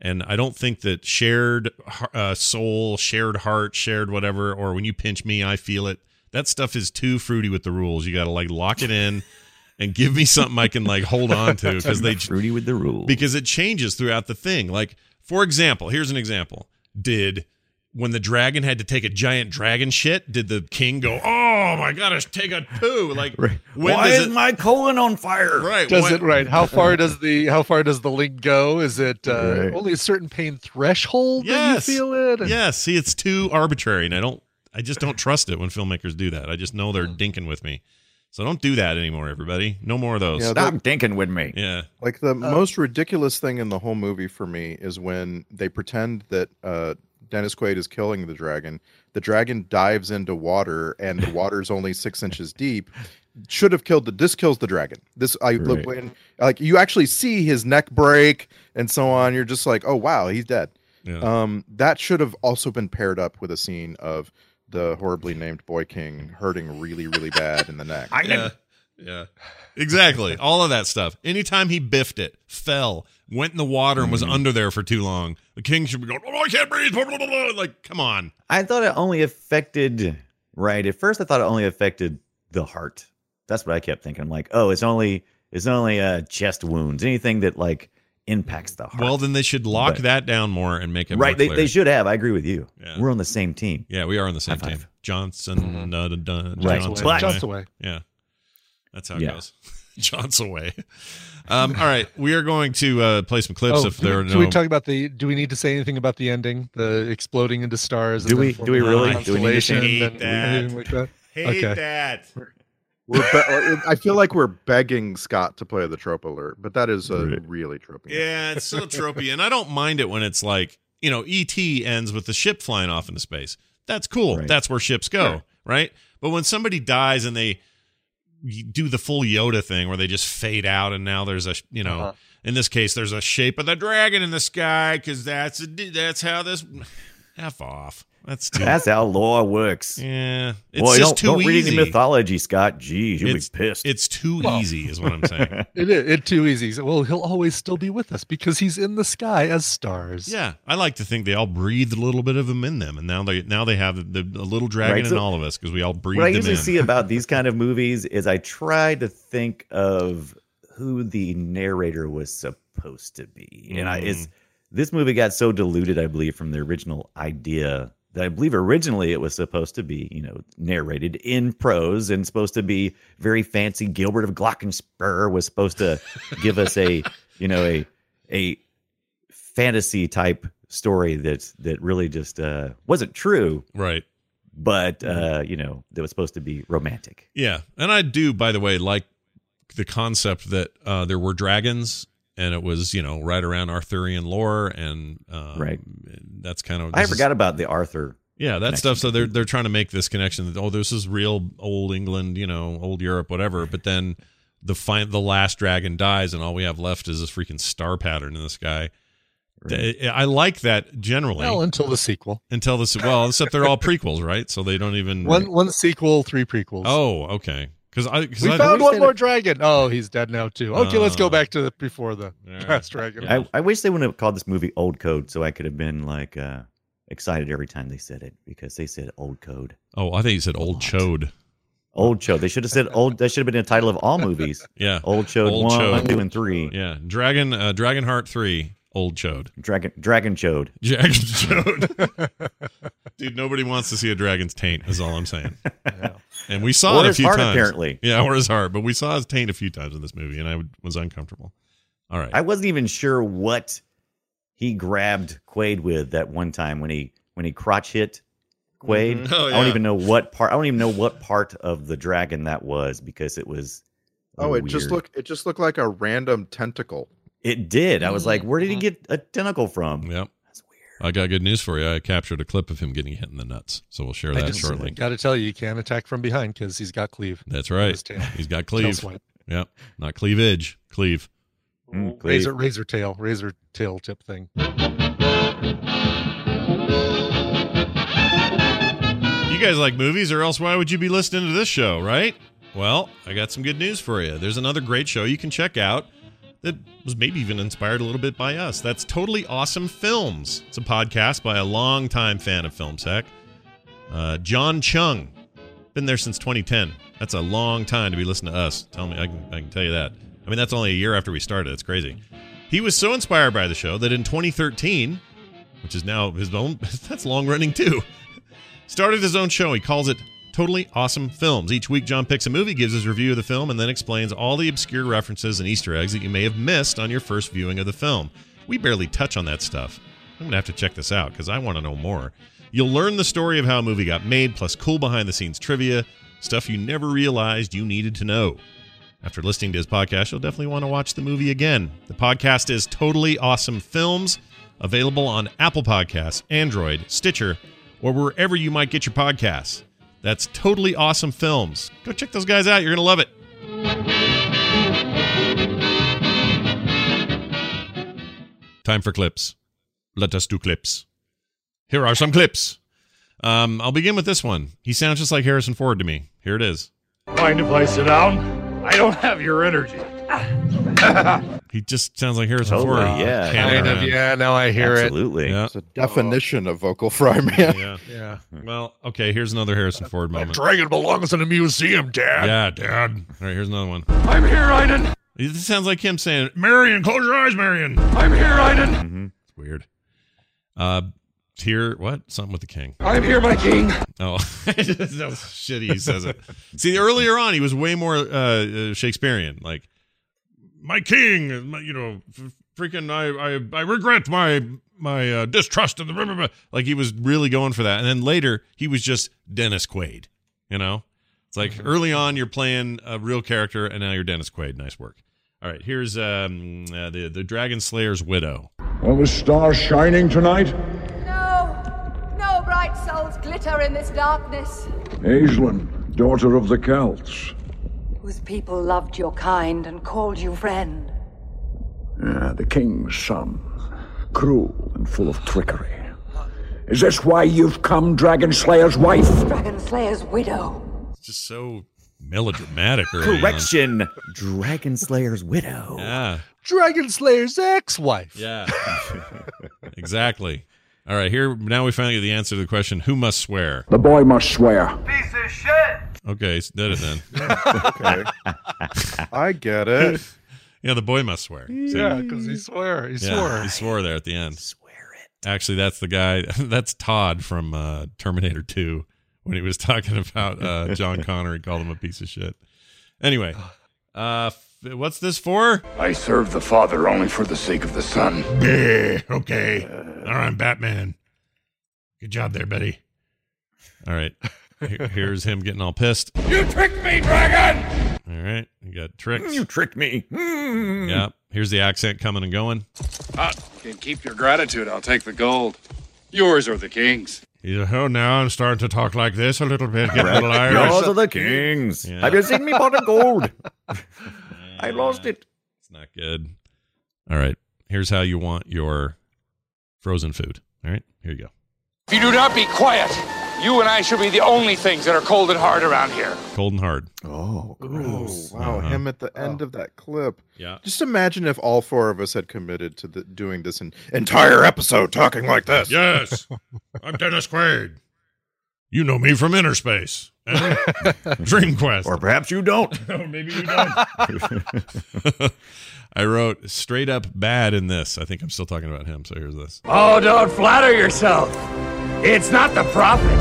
S1: And I don't think that shared uh, soul, shared heart, shared whatever, or when you pinch me, I feel it. That stuff is too fruity with the rules. You got to like lock it in and give me something I can like hold on to because they
S6: Fruity with the rules.
S1: because it changes throughout the thing. Like, for example, here's an example. Did when the dragon had to take a giant dragon shit, did the king go, "Oh my god, I should take a poo"? Like, when
S6: Why
S1: does
S6: is
S1: it-
S6: my colon on fire?
S1: right?
S8: Does
S1: when-
S8: it right? How far does the how far does the link go? Is it uh,
S6: Right.
S8: only a certain pain threshold
S1: Yes.
S8: that you feel it? And-
S1: Yeah, see, it's too arbitrary, and I don't, I just don't trust it when filmmakers do that. I just know they're dinking with me, so don't do that anymore, everybody. No more of those.
S7: Yeah,
S6: Stop dinking with me.
S1: yeah.
S7: Like the most ridiculous thing in the whole movie for me is when they pretend that uh, Dennis Quaid is killing the dragon. The dragon dives into water, and the water's only six inches deep. Should have killed the. This kills the dragon. This I look when like you actually see his neck break and so on. You're just like, oh wow, he's dead.
S1: Yeah.
S7: Um, that should have also been paired up with a scene of the horribly named boy king hurting really really bad in the neck.
S6: I
S1: Yeah. Yeah. Exactly. All of that stuff. Anytime he biffed it, fell, went in the water and was
S6: Mm-hmm.
S1: under there for too long, the king should be going, Oh, I can't breathe. Blah, blah, blah, blah. Like, come on.
S6: I thought it only affected right at first. I thought it only affected the heart. That's what I kept thinking. I'm like, oh, it's only it's only uh, chest wounds, anything that like impacts the heart.
S1: Well, then they should lock
S6: But-
S1: that down more and make it
S6: right?
S1: more
S6: They,
S1: clear.
S6: they should have. I agree with you.
S1: Yeah.
S6: We're on the same team.
S1: Yeah, we are on the same
S6: High
S1: team.
S6: five. Mm-hmm.
S1: Johnson, uh, dun- dun-
S6: Right.
S1: Johnson.
S6: But-
S8: Just away.
S1: Yeah. That's how it
S6: Yeah.
S1: goes. Johnson away. Um, all right. We are going to uh, play some clips
S8: Oh,
S1: if
S8: can
S1: there are
S8: we-
S1: no.
S8: can we talk about the? Do we need to say anything about the ending? The exploding into stars. and
S6: Do
S8: then
S6: we- do we
S8: forming a
S6: really? Do we need to say
S8: constellation
S1: anything? Hate
S8: and
S1: that.
S8: anything like that?
S1: Hate
S8: Okay.
S1: that.
S7: We're be- I feel like we're begging Scott to play the trope alert, but that is a really trope.
S1: Yeah, it's so tropey, and I don't mind it when it's like you know, ET ends with the ship flying off into space. That's cool.
S6: Right.
S1: That's where ships go, right? But when somebody dies and they do the full Yoda thing where they just fade out, and now there's a sh- you know,
S8: Uh-huh.
S1: in this case, there's a shape of the dragon in the sky because that's a, that's how this f off. That's too
S6: That's how law works.
S1: yeah. It's
S6: Boy,
S1: just
S6: don't,
S1: too
S6: don't read
S1: easy.
S6: any mythology, Scott. Geez, you'll
S1: It's-
S6: be pissed.
S1: it's too
S8: Well-
S1: easy, is what I'm saying.
S8: It is. It's too easy. So, Well, he'll always still be with us because he's in the sky as stars.
S1: Yeah, I like to think they all breathed a little bit of them in them, and now they now they have the, the little dragon
S6: Right, so-
S1: in all of us because we all breathed
S6: what I
S1: them
S6: usually
S1: in.
S6: see about these kind of movies is I try to think of who the narrator was supposed to be, and I it's
S1: Mm-hmm.
S6: this movie got so diluted, I believe, from the original idea that I believe originally it was supposed to be, you know, narrated in prose and supposed to be very fancy. Gilbert of Glockenspur was supposed to give us a, you know, a a fantasy type story that that really just uh, wasn't true
S1: right?
S6: but uh, you know that was supposed to be romantic.
S1: Yeah, and I do, by the way, like the concept that uh, there were dragons, and it was you know right around Arthurian lore, and um,
S6: Right.
S1: That's kind of
S6: I
S1: this is-
S6: forgot about the Arthur.
S1: Yeah, that
S6: connection.
S1: stuff. So they're they're trying to make this connection that oh, this is real old England, you know, old Europe, whatever. But then the fin- the last dragon dies, and all we have left is this freaking star pattern in the sky. Th- I like that generally
S8: Well, until the sequel.
S1: until this. Well, except they're all prequels, right? So they don't even.
S8: One one sequel, three prequels.
S1: Oh, okay. Because I because
S8: we
S1: I
S8: found one
S6: that-
S8: more dragon. Oh, he's dead now too. Okay, let's
S1: Oh.
S8: go back to the before the
S1: Yeah.
S8: last dragon.
S1: Yeah.
S6: I, I wish they wouldn't have called this movie Old Code, so I could have been like uh, excited every time they said it because they said Old Code,
S1: Oh, I think you said old chode.
S6: Old Show. They should have said Old. That should have been the title of all movies.
S1: Yeah,
S6: Old Show
S1: Old
S6: one,
S1: Chode.
S6: two, and three.
S1: yeah. Dragon uh, Dragonheart three. Old chode.
S6: Dragon Dragon Chode.
S1: Dragon chode. Dude, nobody wants to see a dragon's taint. Is all I'm saying. And we saw it
S6: Or
S1: a
S6: his
S1: few
S6: heart,
S1: times.
S6: apparently.
S1: Yeah, or his heart. But we saw his taint a few times in this movie, and I would- was uncomfortable. All right.
S6: I wasn't even sure what he grabbed Quaid with that one time when he when he crotch hit Quaid.
S1: Oh,
S6: I don't
S1: yeah.
S6: even know what part. I don't even know what part of the dragon that was because it was.
S7: Oh, it just
S6: weird.
S7: looked it just looked like a random tentacle.
S6: It did. I was
S1: Mm-hmm.
S6: like, where did he get a tentacle from?
S1: yep.
S6: That's weird.
S1: I got good news for you. I captured a clip of him getting hit in the nuts, so we'll share
S8: I
S1: that
S8: just
S1: shortly.
S8: got to tell you, you can't attack from behind because he's got cleave.
S1: That's right.
S8: His tail.
S1: He's got
S8: Tail
S1: cleave.
S8: swipe.
S1: Yep. Not cleavage. Cleave.
S6: Mm, Quaid.
S8: Razor razor tail razor tail tip thing.
S1: guys like movies, or else why would you be listening to this show, right? Well, I got some good news for you. There's another great show you can check out that was maybe even inspired a little bit by us. That's Totally Awesome Films. It's a podcast by a longtime fan of FilmSec, uh, John Chung. Been there since 2010. That's a long time to be listening to us. Tell me, I can, I can tell you that. I mean, that's only a year after we started. It's crazy. He was so inspired by the show that in 2013, which is now his own, that's long running too started his own show. He calls it Totally Awesome Films. Each week, John picks a movie, gives his review of the film, and then explains all the obscure references and Easter eggs that you may have missed on your first viewing of the film. We barely touch on that stuff. I'm going to have to check this out because I want to know more. You'll learn the story of how a movie got made, plus cool behind the scenes trivia, stuff you never realized you needed to know. After listening to his podcast, you'll definitely want to watch the movie again. The podcast is Totally Awesome Films, available on Apple Podcasts, Android, Stitcher, or wherever you might get your podcasts. That's Totally Awesome Films. Go check those guys out. You're going to love it. Time for clips. Let us do clips. Here are some clips. Um, I'll begin with this one. He sounds just like Harrison Ford to me. Here it is.
S4: Mind if I sit down? I don't have your energy.
S1: He just sounds like Harrison
S6: Totally,
S1: Ford.
S6: yeah.
S1: Camera
S8: Kind of,
S1: man.
S8: yeah, now I hear
S6: Absolutely.
S1: Yeah.
S7: It's a definition of vocal fry, man.
S1: Yeah.
S8: it. Yeah.
S1: Well, okay. Here's another Harrison Ford
S8: That
S1: moment.
S8: dragon belongs in a museum, Dad.
S1: Yeah, Dad. All right. Here's another one.
S4: I'm here, Iden.
S1: This sounds like him saying, "Marion, close your eyes, Marion."
S4: I'm here, Iden.
S6: hmm
S1: It's weird. Uh, here, what? Something with the king.
S4: I'm here, my king.
S1: Oh, that was shitty. He says it. See, earlier on, he was way more uh, uh, Shakespearean. Like, my king, my, you know, f- freaking, I, I, I regret my my uh, distrust of the. blah, blah, blah." Like, he was really going for that. And then later, he was just Dennis Quaid. You know, it's like early on, you're playing a real character, and now you're Dennis Quaid. Nice work. All right, here's um, uh, the the Dragon Slayer's widow.
S2: Are the stars shining tonight?
S9: No, no bright souls glitter in this darkness.
S2: Aislinn, daughter of the Celts.
S9: Whose people loved your kind and called you friend.
S2: Ah, the king's son. Cruel and full of trickery. Is this why you've come, Dragon Slayer's wife?
S9: Dragon Slayer's widow.
S1: It's just so melodramatic. early on.
S6: Correction. Dragon Slayer's widow.
S1: Yeah.
S8: Dragon Slayer's ex-wife.
S1: Yeah. exactly. All right, here now we finally get the answer to the question who must swear.
S2: The boy must swear.
S4: Piece of shit.
S1: Okay, s- did it then.
S7: Okay. I get it.
S1: Yeah, the boy must swear. See?
S8: Yeah, because he swore. He
S1: Yeah,
S8: swore.
S1: He swore there at the end.
S6: Swear it.
S1: Actually, that's the guy that's Todd from uh, Terminator 2 when he was talking about uh, John Connor he called him a piece of shit. Anyway, uh f- what's this for?
S4: I serve the Father only for the sake of the Son.
S1: okay. All right, Batman. Good job there, Betty. All right. Here- Here's him getting all pissed.
S4: You tricked me, dragon!
S1: All right. You got tricks.
S6: You tricked me. Mm.
S1: Yeah. Here's the accent coming and going.
S4: Can keep your gratitude. I'll take the gold. Yours or the king's.
S1: He's like, oh, now I'm starting to talk like this a little bit, get a little
S6: Yours are the kings.
S1: Yeah.
S6: Have you seen me pot of gold? I lost it.
S1: It's not good. All right. Here's how you want your frozen food. All right. Here you go.
S10: If you do not be quiet, you and I should be the only things that are cold and hard around here.
S1: Cold and hard.
S6: Oh,
S7: Ooh, wow, Oh.
S1: Uh-huh.
S7: him at the end of that clip.
S1: Yeah.
S7: Just imagine if all four of us had committed to the, doing this an entire episode talking like this.
S1: Yes. I'm Dennis Quaid. You know me from Inner Space. Eh? Dream Quest.
S6: Or perhaps you don't.
S1: maybe we don't. I wrote straight up bad in this. I think I'm still talking about him. So here's this.
S3: Oh, don't flatter yourself. It's not the profit,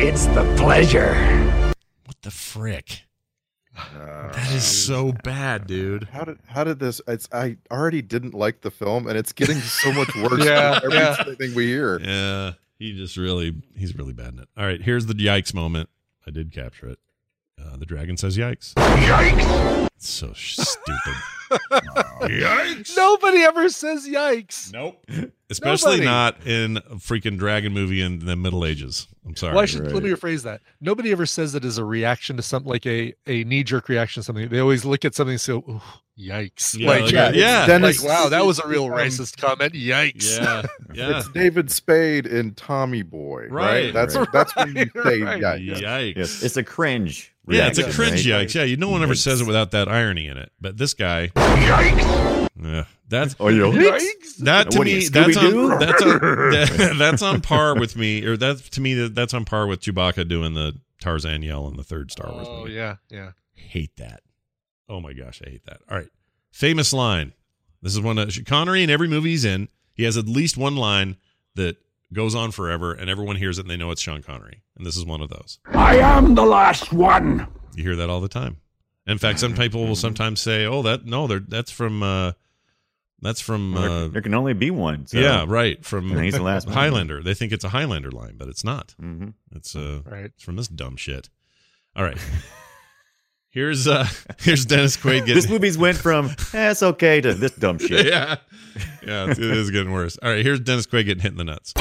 S3: it's the pleasure.
S1: What the frick?
S6: Uh,
S1: that is so bad, dude.
S7: How did how did this? It's I already didn't like the film, and it's getting so much worse.
S8: Yeah,
S7: than
S8: yeah.
S7: everything we hear.
S1: Yeah, he just really he's really bad in it. All right, here's the yikes moment. I did capture it. Uh, the dragon says yikes. Yikes! so sh- stupid. Yikes.
S8: Nobody ever says yikes.
S1: Nope. Especially
S8: Nobody.
S1: not in a freaking dragon movie in the Middle Ages. I'm sorry.
S8: Well, I should let me rephrase that. Nobody ever says it as a reaction to something like a, a knee jerk reaction to something. They always look at something and say, "Ooh, yikes.
S1: Yeah,
S8: like,
S1: like,
S8: yeah,
S1: yeah.
S7: Then
S8: like,
S7: it's-
S8: wow, that was a real
S7: um,
S8: racist comment. Yikes.
S1: Yeah. Yeah.
S7: It's David Spade and Tommy Boy,
S1: Right.
S7: right? That's
S8: Right.
S7: that's when you say
S8: Right.
S7: yeah.
S1: Yikes.
S6: Yes, it's a cringe.
S1: yeah, it's a
S6: reaction,
S1: cringe
S6: right?
S1: yikes. Yeah, you, no one ever
S6: Yikes.
S1: says it without that irony in it. But this guy, Ugh. that's
S6: Oh, you
S1: that to
S6: What are you,
S1: me that's on,
S6: Scooby-Doo?
S1: that's on that- that's on par with me, or that's to me that- that's on par with Chewbacca doing the Tarzan yell in the third Star Wars
S8: Oh,
S1: movie.
S8: yeah. Yeah.
S1: Hate that. Oh my gosh, I hate that. All right, famous line. This is one that Connery in every movie he's in. He has at least one line that goes on forever, and everyone hears it and they know it's Sean Connery. And this is one of those.
S2: I am the last one.
S1: You hear that all the time. In fact, some people will sometimes say, "Oh, that no, they're, that's from uh, that's from
S6: There,
S1: uh,
S6: there can only be one. So.
S1: yeah, right, from
S6: And he's the last one.
S1: Highlander." They think it's a Highlander line, but it's not.
S6: hmm
S1: It's uh,
S8: Right.
S1: it's from this dumb shit. All right, here's uh, here's Dennis Quaid
S6: This
S1: getting
S6: movie's went from eh, it's okay to this dumb shit.
S1: yeah, yeah, it's- it is getting worse. All right, here's Dennis Quaid getting hit in the nuts.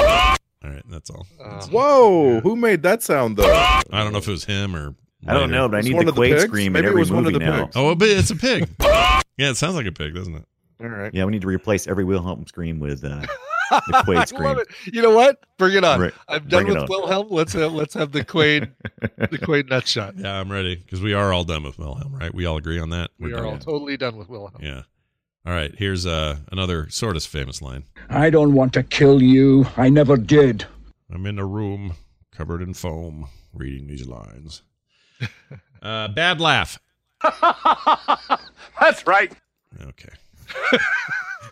S1: All right, that's all.
S8: Uh,
S7: Whoa, who made that sound though?
S1: I don't know if it was him or
S6: I don't
S1: later.
S6: know, but I
S7: It's
S6: need
S7: one
S6: the
S7: of the
S6: Quaid
S7: pigs?
S6: scream in
S7: Maybe it
S6: every
S7: was one of
S6: movie
S7: the
S6: now.
S7: pigs.
S1: Oh, but it's a pig. yeah, it sounds like a pig, doesn't it?
S7: All right.
S6: Yeah, we need to replace every Wilhelm scream with uh, the
S8: I
S6: Quaid
S8: love
S6: scream.
S8: it. You know what? Bring it on.
S6: Right.
S8: I'm done
S6: Bring it on.
S8: with Wilhelm. Let's have let's have the Quaid the Quaid nut shot.
S1: Yeah, I'm ready because we are all done with Wilhelm, right? We all agree on that.
S8: We
S1: We're
S8: are
S1: done.
S8: all totally done with Wilhelm.
S1: Yeah. All right. Here's uh, another sort of famous line.
S2: I don't want to kill you. I never did.
S1: I'm in a room covered in foam, reading these lines. Uh, bad laugh.
S10: That's right.
S1: Okay.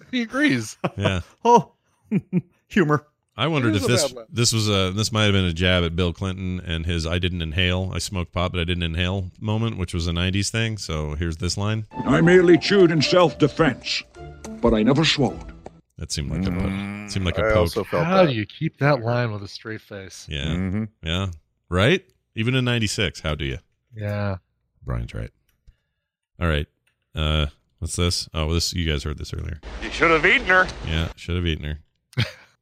S8: He agrees.
S1: Yeah.
S6: Oh, humor.
S1: I wondered
S8: is
S1: if
S8: a
S1: this
S8: bad laugh.
S1: this was a this might have been a jab at Bill Clinton and his "I didn't inhale, I smoked pot, but I didn't inhale" moment, which was a '90s thing. So here's this line.
S2: I merely chewed in self defense, but I never swallowed.
S1: That seemed like a poke. Seemed like a
S7: Mm, I
S1: poke.
S7: also felt
S8: How do
S7: that.
S8: you keep that line with a straight face?
S1: yeah.
S6: hmm
S1: Yeah. Right. Even in '96, how do you?
S8: Yeah.
S1: Brian's right. All right. Uh what's this? Oh, this you guys heard this earlier.
S10: You should have eaten her.
S1: Yeah, should have eaten her.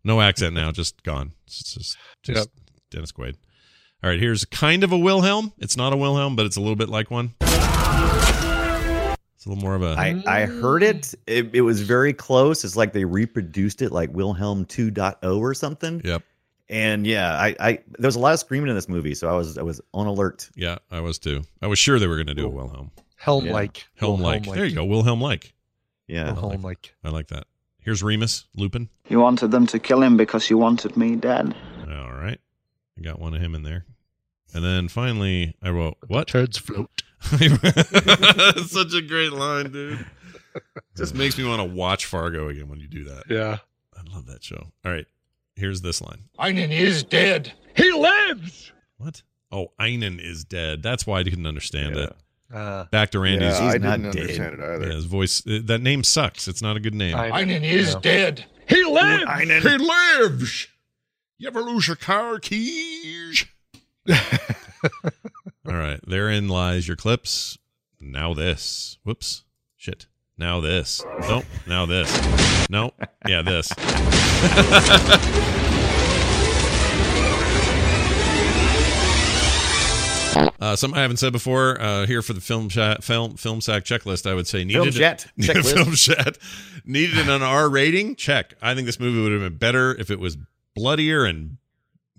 S1: No accent now, just gone. It's just just Dennis Quaid. All right, here's kind of a Wilhelm. It's not a Wilhelm, but it's a little bit like one. It's a little more of a
S6: I, I heard it. it. It was very close. It's like they reproduced it like Wilhelm 2.0 or something.
S1: Yep.
S6: And yeah, I, I there was a lot of screaming in this movie, so I was I was on alert.
S1: Yeah, I was too. I was sure they were going to do a Wilhelm.
S8: Helm like.
S1: Helm like. There you go. Wilhelm like.
S6: Yeah.
S8: Helm like.
S1: I like that. Here's Remus Lupin.
S11: You wanted them to kill him because you wanted me dead.
S1: All right. I got one of him in there. And then finally, I wrote, What?
S8: Turds float.
S1: That's such a great line, dude. Just makes me want to watch Fargo again when you do that.
S8: Yeah.
S1: I love that show. All right, here's this line.
S10: Einan is dead.
S3: He lives!
S1: What? Oh, Einan is dead. That's why I didn't understand
S6: Yeah.
S1: it.
S8: Uh,
S1: Back to
S7: Yeah,
S1: Randy's.
S7: I
S6: he's
S7: didn't
S6: not dead.
S7: understand it
S1: yeah,
S7: either.
S1: his voice. uh, That name sucks. It's not a good name.
S10: Einan is
S8: Yeah.
S10: dead.
S3: He lives!
S1: he lives. You ever lose your car keys? All right, therein lies your clips. Now this. Whoops. Shit. Now this. Nope. Now this. Nope. Yeah, this. Uh, something I haven't said before uh, here for the film chat, film film sack checklist. I would say needed
S6: Film chat checklist.
S1: film chat needed an R rating. Check. I think this movie would have been better if it was bloodier and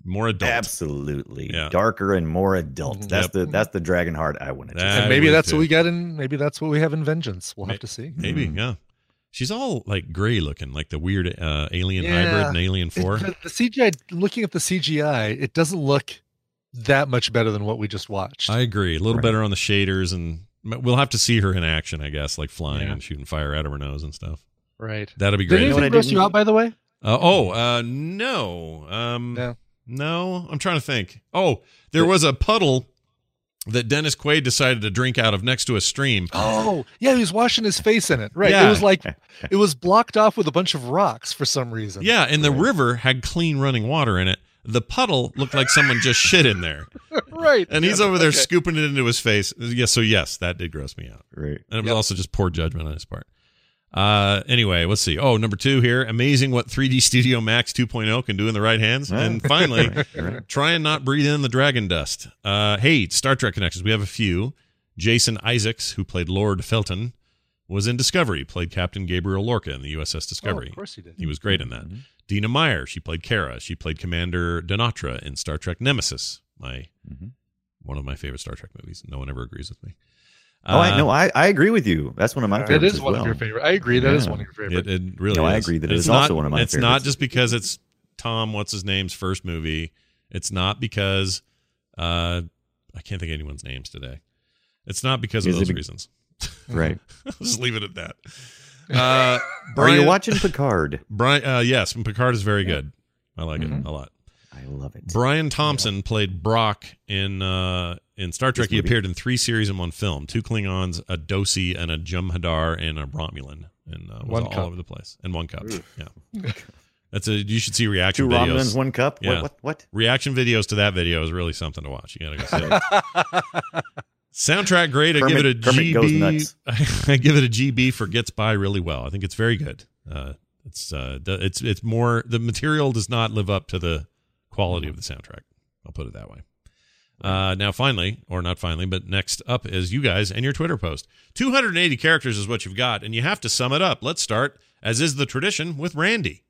S1: more adult.
S6: Absolutely.
S1: Yeah.
S6: Darker and more
S8: Mm-hmm.
S6: adult. That's
S1: Yep.
S6: the that's the dragon heart I wanted to
S1: That-
S6: see.
S8: and maybe
S1: would
S8: that's
S1: too.
S8: what we get in maybe that's what we have in Vengeance. We'll
S1: May-
S8: have to see.
S1: Maybe
S6: Mm.
S1: yeah. She's all like gray looking, like the weird uh, alien
S8: Yeah.
S1: hybrid and Alien
S8: It-
S1: Four.
S8: the, the CGI looking at the CGI, it doesn't look that much better than what we just watched.
S1: I agree. A little
S6: Right.
S1: better on the shaders, and m- we'll have to see her in action, I guess, like flying
S8: Yeah.
S1: and shooting fire out of her nose and stuff.
S8: right.
S1: That'd be
S8: Did
S1: great.
S6: what I
S8: anything gross you
S6: didn't-
S8: out by the way?
S1: Uh, oh, uh, no. Um,
S8: No.
S1: no, I'm trying to think. Oh, there was a puddle that Dennis Quaid decided to drink out of next to a stream.
S8: Oh, yeah, he was washing his face in it. Right.
S1: Yeah.
S8: It was like it was blocked off with a bunch of rocks for some reason.
S1: Yeah, and the river had clean running water in it. the puddle looked like someone just shit in there.
S8: right.
S1: And he's over there
S8: Okay.
S1: scooping it into his face. Yes, so yes, that did gross me out.
S6: Right.
S1: And it was also just poor judgment on his part. Uh, anyway, let's see. Oh, number two here. Amazing what 3D Studio Max 2.0 can do in the right hands.
S6: Right.
S1: And finally,
S6: Right, right.
S1: try and not breathe in the dragon dust. Uh, hey, Star Trek connections. We have a few. Jason Isaacs, who played Lord Felton, was in Discovery. Played Captain Gabriel Lorca in the USS Discovery.
S8: Oh, of course he did.
S1: He was great in that.
S6: Mhm.
S1: Dina Meyer, she played Kara. She played Commander Denatra in Star Trek Nemesis. My
S6: Mhm.
S1: one of my favorite Star Trek movies. No one ever agrees with me.
S6: Oh, I
S1: Uh,
S6: know. I, I agree with you. That's one of my
S8: It
S6: favorites.
S8: is
S6: as
S8: one of
S6: well.
S8: your favorite. I agree. That is
S6: Yeah.
S8: one of your favorite.
S1: It, it really
S6: No,
S1: is.
S6: I agree that it
S1: It's
S6: is also
S1: not-
S6: one of my
S1: It's not
S6: favorites.
S1: just because it's Tom, what's his name's first movie. It's not because uh, I can't think of anyone's names today. It's not because of
S6: Is it
S1: those
S6: be-
S1: reasons.
S6: Right.
S1: I'll just leave it at that. Uh,
S6: Are
S1: Brian-
S6: you watching Picard?
S1: Brian, uh, yes, Picard is very good. I like it a lot.
S6: I love it.
S1: Brian Thompson played Brock in uh, in Star Trek.
S6: This
S1: He
S6: movie.
S1: appeared in three series in one film: two Klingons, a Dosi, and a Jumhadar, and a Romulan, and uh, was
S8: One
S1: all
S8: cup.
S1: over the place. And one cup. Yeah, that's a. You should see reaction
S6: Two
S1: videos.
S6: Romulans, one cup.
S1: Yeah.
S6: What? What? What?
S1: Reaction videos to that video is really something to watch. You gotta go see it. Soundtrack great. I give it a
S6: Kermit- Kermit goes
S1: GB.
S6: nuts.
S1: I give it a GB for gets by really well. I think it's very good. Uh, it's uh, the- it's it's more the material does not live up to the quality of the soundtrack. I'll put it that way. Uh, now, finally, or not finally, but next up is you guys and your Twitter post. 280 characters is what you've got, and you have to sum it up. Let's start, as is the tradition, with Randy.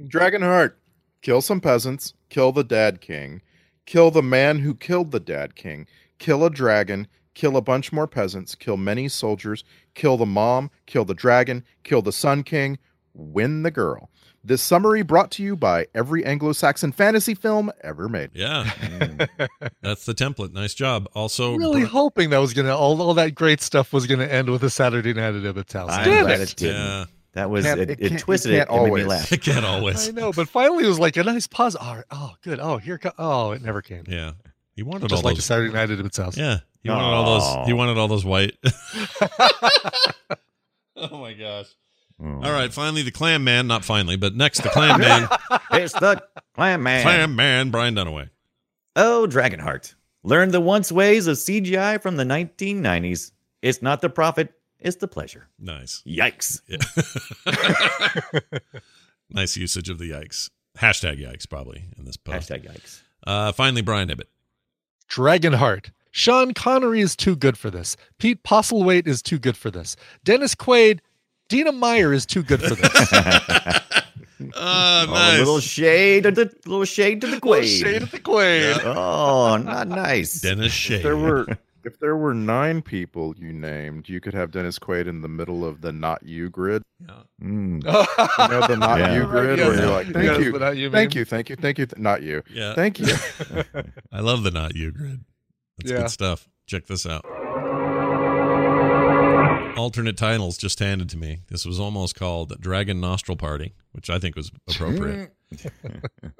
S7: Dragonheart, kill some peasants, kill the dad king, kill the man who killed the dad king, kill a dragon, kill a bunch more peasants, kill many soldiers, kill the mom, kill the dragon, kill the sun king, win the girl. This summary brought to you by every Anglo Saxon fantasy film ever made.
S1: Yeah,
S6: Mm.
S1: that's the template. Nice job. Also,
S8: really
S1: Bri-
S8: hoping that was gonna all, all that great stuff was gonna end with a Saturday night at Ebbets House.
S6: I'm
S8: Damn
S6: glad
S8: it!
S6: it didn't.
S1: Yeah.
S6: That was
S7: Can't-
S6: it.
S7: it
S6: It,
S7: can't- you
S6: twisted it.
S7: can't
S6: It made
S7: always.
S6: me laugh.
S1: I can't
S8: I
S1: always.
S8: know, but finally it was like a nice pause. All right, oh, good. Oh, here. Co- oh, it never came.
S1: Yeah, he wanted all
S8: Just like a
S1: those.
S8: Saturday night at Ebbets House.
S1: Yeah, he wanted all those. He
S6: Aw.
S1: wanted all those white. oh my gosh!
S6: Mm.
S1: All right, finally the Clam Man. Not finally, but next the Clam Man.
S6: It's the clam man.
S1: Clam Man. Brian Dunaway.
S6: Oh, Dragonheart. Learn the once ways of CGI from the 1990s. It's not the profit, it's the pleasure.
S1: Nice.
S6: Yikes.
S1: Yeah. nice usage of the yikes. Hashtag yikes probably in this post.
S6: Hashtag yikes.
S1: Uh, finally, Brian Ibbett.
S8: Dragonheart. Sean Connery is too good for this. Pete Postlewaite is too good for this. Dennis Quaid, Dina Meyer is too good for this.
S1: Uh,
S6: Oh,
S1: nice.
S6: a little shade to the little shade to the
S8: Little
S6: Quaid.
S8: Shade of the Quaid.
S6: Oh, not nice.
S1: Dennis Shade.
S7: If there were if there were nine people you named, you could have Dennis Quaid in the middle of the not you grid. Hmm.
S6: Mm.
S7: You know the not
S6: Yeah.
S7: you grid where you're like,
S8: Yes,
S7: thank you,
S8: but not you,
S7: thank
S8: ma'am.
S7: you, thank you, thank you, th- not you.
S1: Yeah.
S7: Thank you.
S1: I love the not you grid. That's
S8: Yeah.
S1: good stuff. Check this out. Alternate titles just handed to me. This was almost called Dragon Nostril Party, which I think was appropriate.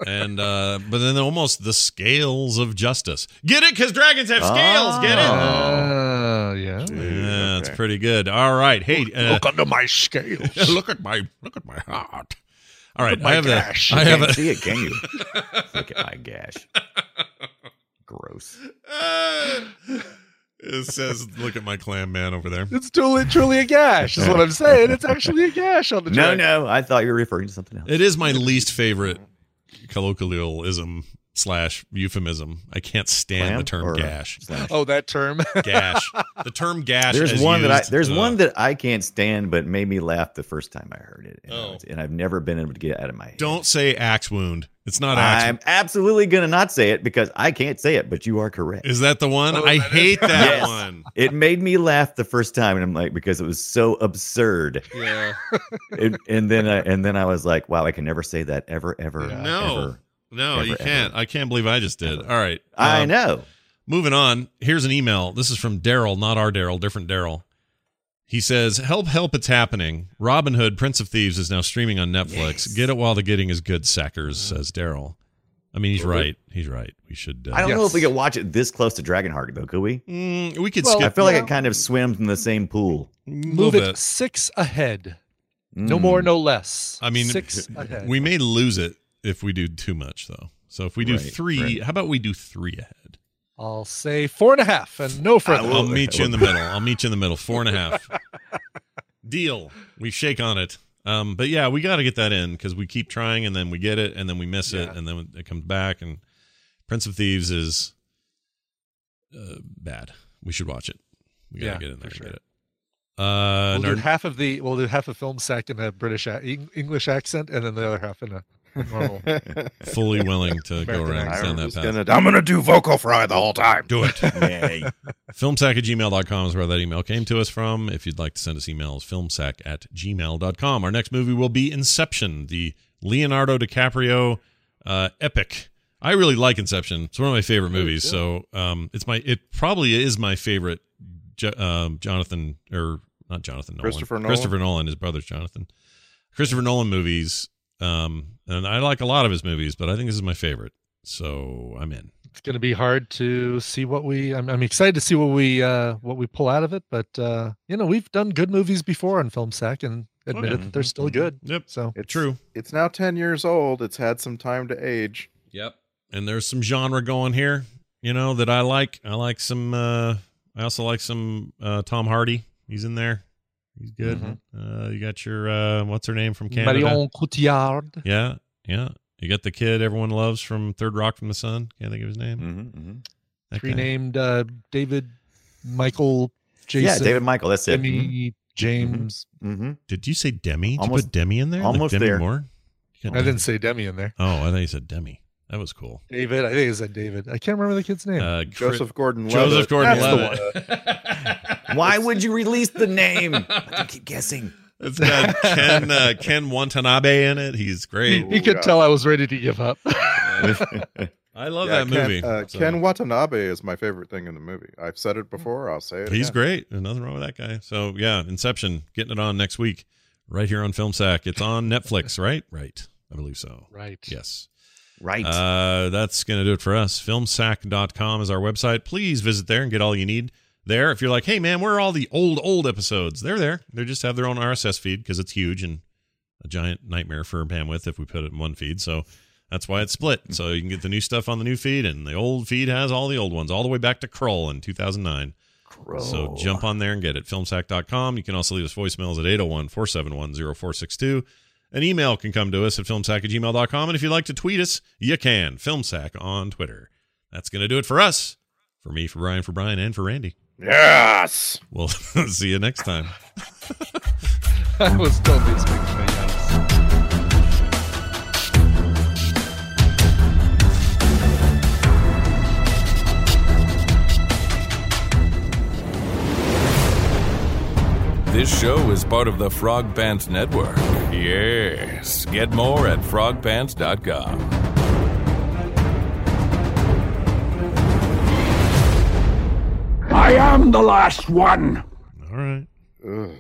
S1: and uh but then almost the scales of justice. Get it cuz dragons have scales, get it?
S8: Uh, yeah.
S1: Yeah, it's
S7: Okay.
S1: pretty good. All right. Hey, uh,
S8: under my scales.
S1: look at my look at my heart. All right,
S8: my
S1: I have
S8: gash.
S1: a I
S6: You
S1: have
S6: can't
S1: a
S6: see it, can you? Look at my gash. Gross.
S1: it says look at my clam man over there.
S8: It's truly, truly a gash, is what I'm saying. It's actually a gash on the
S6: No,
S8: dragon.
S6: no. I thought you were referring to something else.
S1: It is my least favorite colloquialism slash euphemism. I can't stand
S6: Clam
S1: the term
S6: or
S1: gash.
S6: slash?
S8: Oh, that term.
S1: Gash. The term gash.
S6: There's
S1: as
S6: one that I
S1: used,
S6: there's
S1: uh,
S6: one that I can't stand, but made me laugh the first time I heard it, and, I
S1: Oh.
S6: was- and I've never been able to get it out of my head.
S1: Don't say axe wound. It's not axe.
S6: I'm absolutely gonna not say it because I can't say it, but you are correct.
S1: is that the one?
S8: Oh,
S1: I
S8: that is-
S1: hate that
S6: Yes.
S1: one.
S6: It made me laugh the first time, and I'm like because it was so absurd.
S1: Yeah.
S6: and, and then I, and then I was like, wow, I can never say that ever, ever,
S8: Yeah.
S1: No.
S6: Uh, ever.
S1: No,
S6: Ever,
S1: you
S6: ever.
S1: can't. I can't believe I just did.
S6: Ever.
S1: All right.
S6: I
S1: Um,
S6: know.
S1: Moving on, here's an email. This is from Daryl, not our Daryl, different Daryl. He says, Help, help, it's happening. Robin Hood, Prince of Thieves is now streaming on Netflix.
S6: Yes.
S1: Get it while the getting is good, Sackers,
S8: Mm-hmm.
S1: says Daryl. I mean, he's right. He's right. We should.
S6: I
S1: Uh,
S6: don't know if we
S8: Yes.
S6: could watch it this close to Dragonheart though, could we?
S1: mm, we could
S8: Well,
S6: I
S1: skip.
S6: feel like
S8: Yeah.
S6: it kind of swims in the same pool.
S1: a
S8: Move
S1: little
S8: it
S1: bit.
S8: six ahead. No
S6: Mm.
S8: more, no less.
S1: I mean,
S8: six ahead.
S1: We may lose it if we do too much, though. So if we do
S8: Right,
S1: three,
S8: right.
S1: how about we do three ahead?
S8: I'll say four and a half and no further.
S1: I'll meet you in the middle. I'll meet you in the middle. Four and a half. Deal. We shake on it. Um, but yeah, we got to get that in because we keep trying and then we get it and then we miss it and then it comes back. And Prince of Thieves is uh, bad. We should watch it. We got to
S8: Yeah,
S1: get in there and
S8: for
S1: get it. Uh,
S8: we'll do
S1: Nard-
S8: half of the we'll do half of film sack in a British ac- Eng- English accent, and then the other half in a normal.
S1: fully willing to go around
S8: American
S1: and
S8: accent.
S1: down that
S8: Just
S1: path.
S8: gonna- I'm gonna do vocal fry the whole time.
S1: Do it.
S8: Yay.
S1: filmsack at gmail.com is where that email came to us from. If you'd like to send us emails, filmsack at gmail.com. Our next movie will be Inception, the Leonardo DiCaprio uh, epic. I really like Inception. It's one of my favorite movies. So um, it's my it probably is my favorite. Jo- um, Jonathan or not Jonathan Nolan.
S7: Christopher Nolan.
S1: Christopher Nolan. His brother's Jonathan. Christopher Nolan movies. Um, and I like a lot of his movies, but I think this is my favorite. So I'm in.
S8: it's going to be hard to see what we. I'm, I'm excited to see what we uh, what we pull out of it, but uh, you know we've done good movies before on film sack and admitted
S1: yeah.
S8: that they're still good.
S1: Yep.
S8: So
S7: It's
S1: True.
S7: It's now ten years old. It's had some time to age.
S1: Yep. And there's some genre going here, you know, that I like. I like some uh I also like some uh Tom Hardy. He's in there. He's good.
S8: Mhm.
S1: Uh you got your uh what's her name from Canada?
S8: Marion Cotillard.
S1: Yeah. Yeah. You got the kid everyone loves from Third Rock from the Sun. Can't think of his name.
S6: Mm-hmm, mm-hmm.
S1: That guy.
S8: renamed uh, David Michael Jason.
S6: Yeah, David Michael. That's it.
S8: Demi James.
S6: Mm-hmm.
S1: Did you say Demi? Did
S6: Almost-
S1: you put Demi in there?
S6: almost
S1: like Demi
S6: there.
S1: Moore? You
S6: Mm-hmm.
S1: got
S8: I
S1: Demi-
S8: didn't say Demi in there.
S1: Oh, I thought you said Demi. That was cool.
S8: David, I think it's a David. I can't remember the kid's name.
S1: Uh, Chris-
S7: Joseph Gordon.
S1: Joseph Gordon-Levitt.
S6: Why would you release the name? I keep guessing.
S1: It's got Ken uh, Ken Watanabe in it. He's
S8: he,
S1: great.
S8: he could
S7: yeah.
S8: tell I was ready to give up.
S1: I love that
S7: Ken,
S1: movie.
S7: Uh,
S1: So-
S7: Ken Watanabe is my favorite thing in the movie. I've said it before. I'll say it.
S1: He's
S7: again.
S1: great. There's nothing wrong with that guy. So yeah, Inception, getting it on next week, right here on Film Sack. It's on Netflix, right? Right. I believe so.
S8: right.
S1: Yes.
S6: Right.
S1: Uh, that's going to do it for us. Filmsack.com is our website. Please visit there and get all you need there. If you're like, hey, man, where are all the old, old episodes? They're there. They just have their own RSS feed because it's huge and a giant nightmare for bandwidth if we put it in one feed. So that's why it's split. So you can get the new stuff on the new feed, and the old feed has all the old ones, all the way back to Kroll in 2009. So jump on there and get it. Filmsack.com. You can also leave us voicemails at 801 471 0462. An email can come to us at filmsack at gmail.com. And if you'd like to tweet us, you can. Filmsack on Twitter. That's going to do it for us. For me, for Brian, for Brian, and for Randy.
S7: Yes.
S1: We'll see you next time.
S8: I was totally expecting that.
S5: This show is part of the Frog Pants Network. Yes. Get more at frogpants.com.
S2: I am the last one.
S1: All right.
S7: Ugh.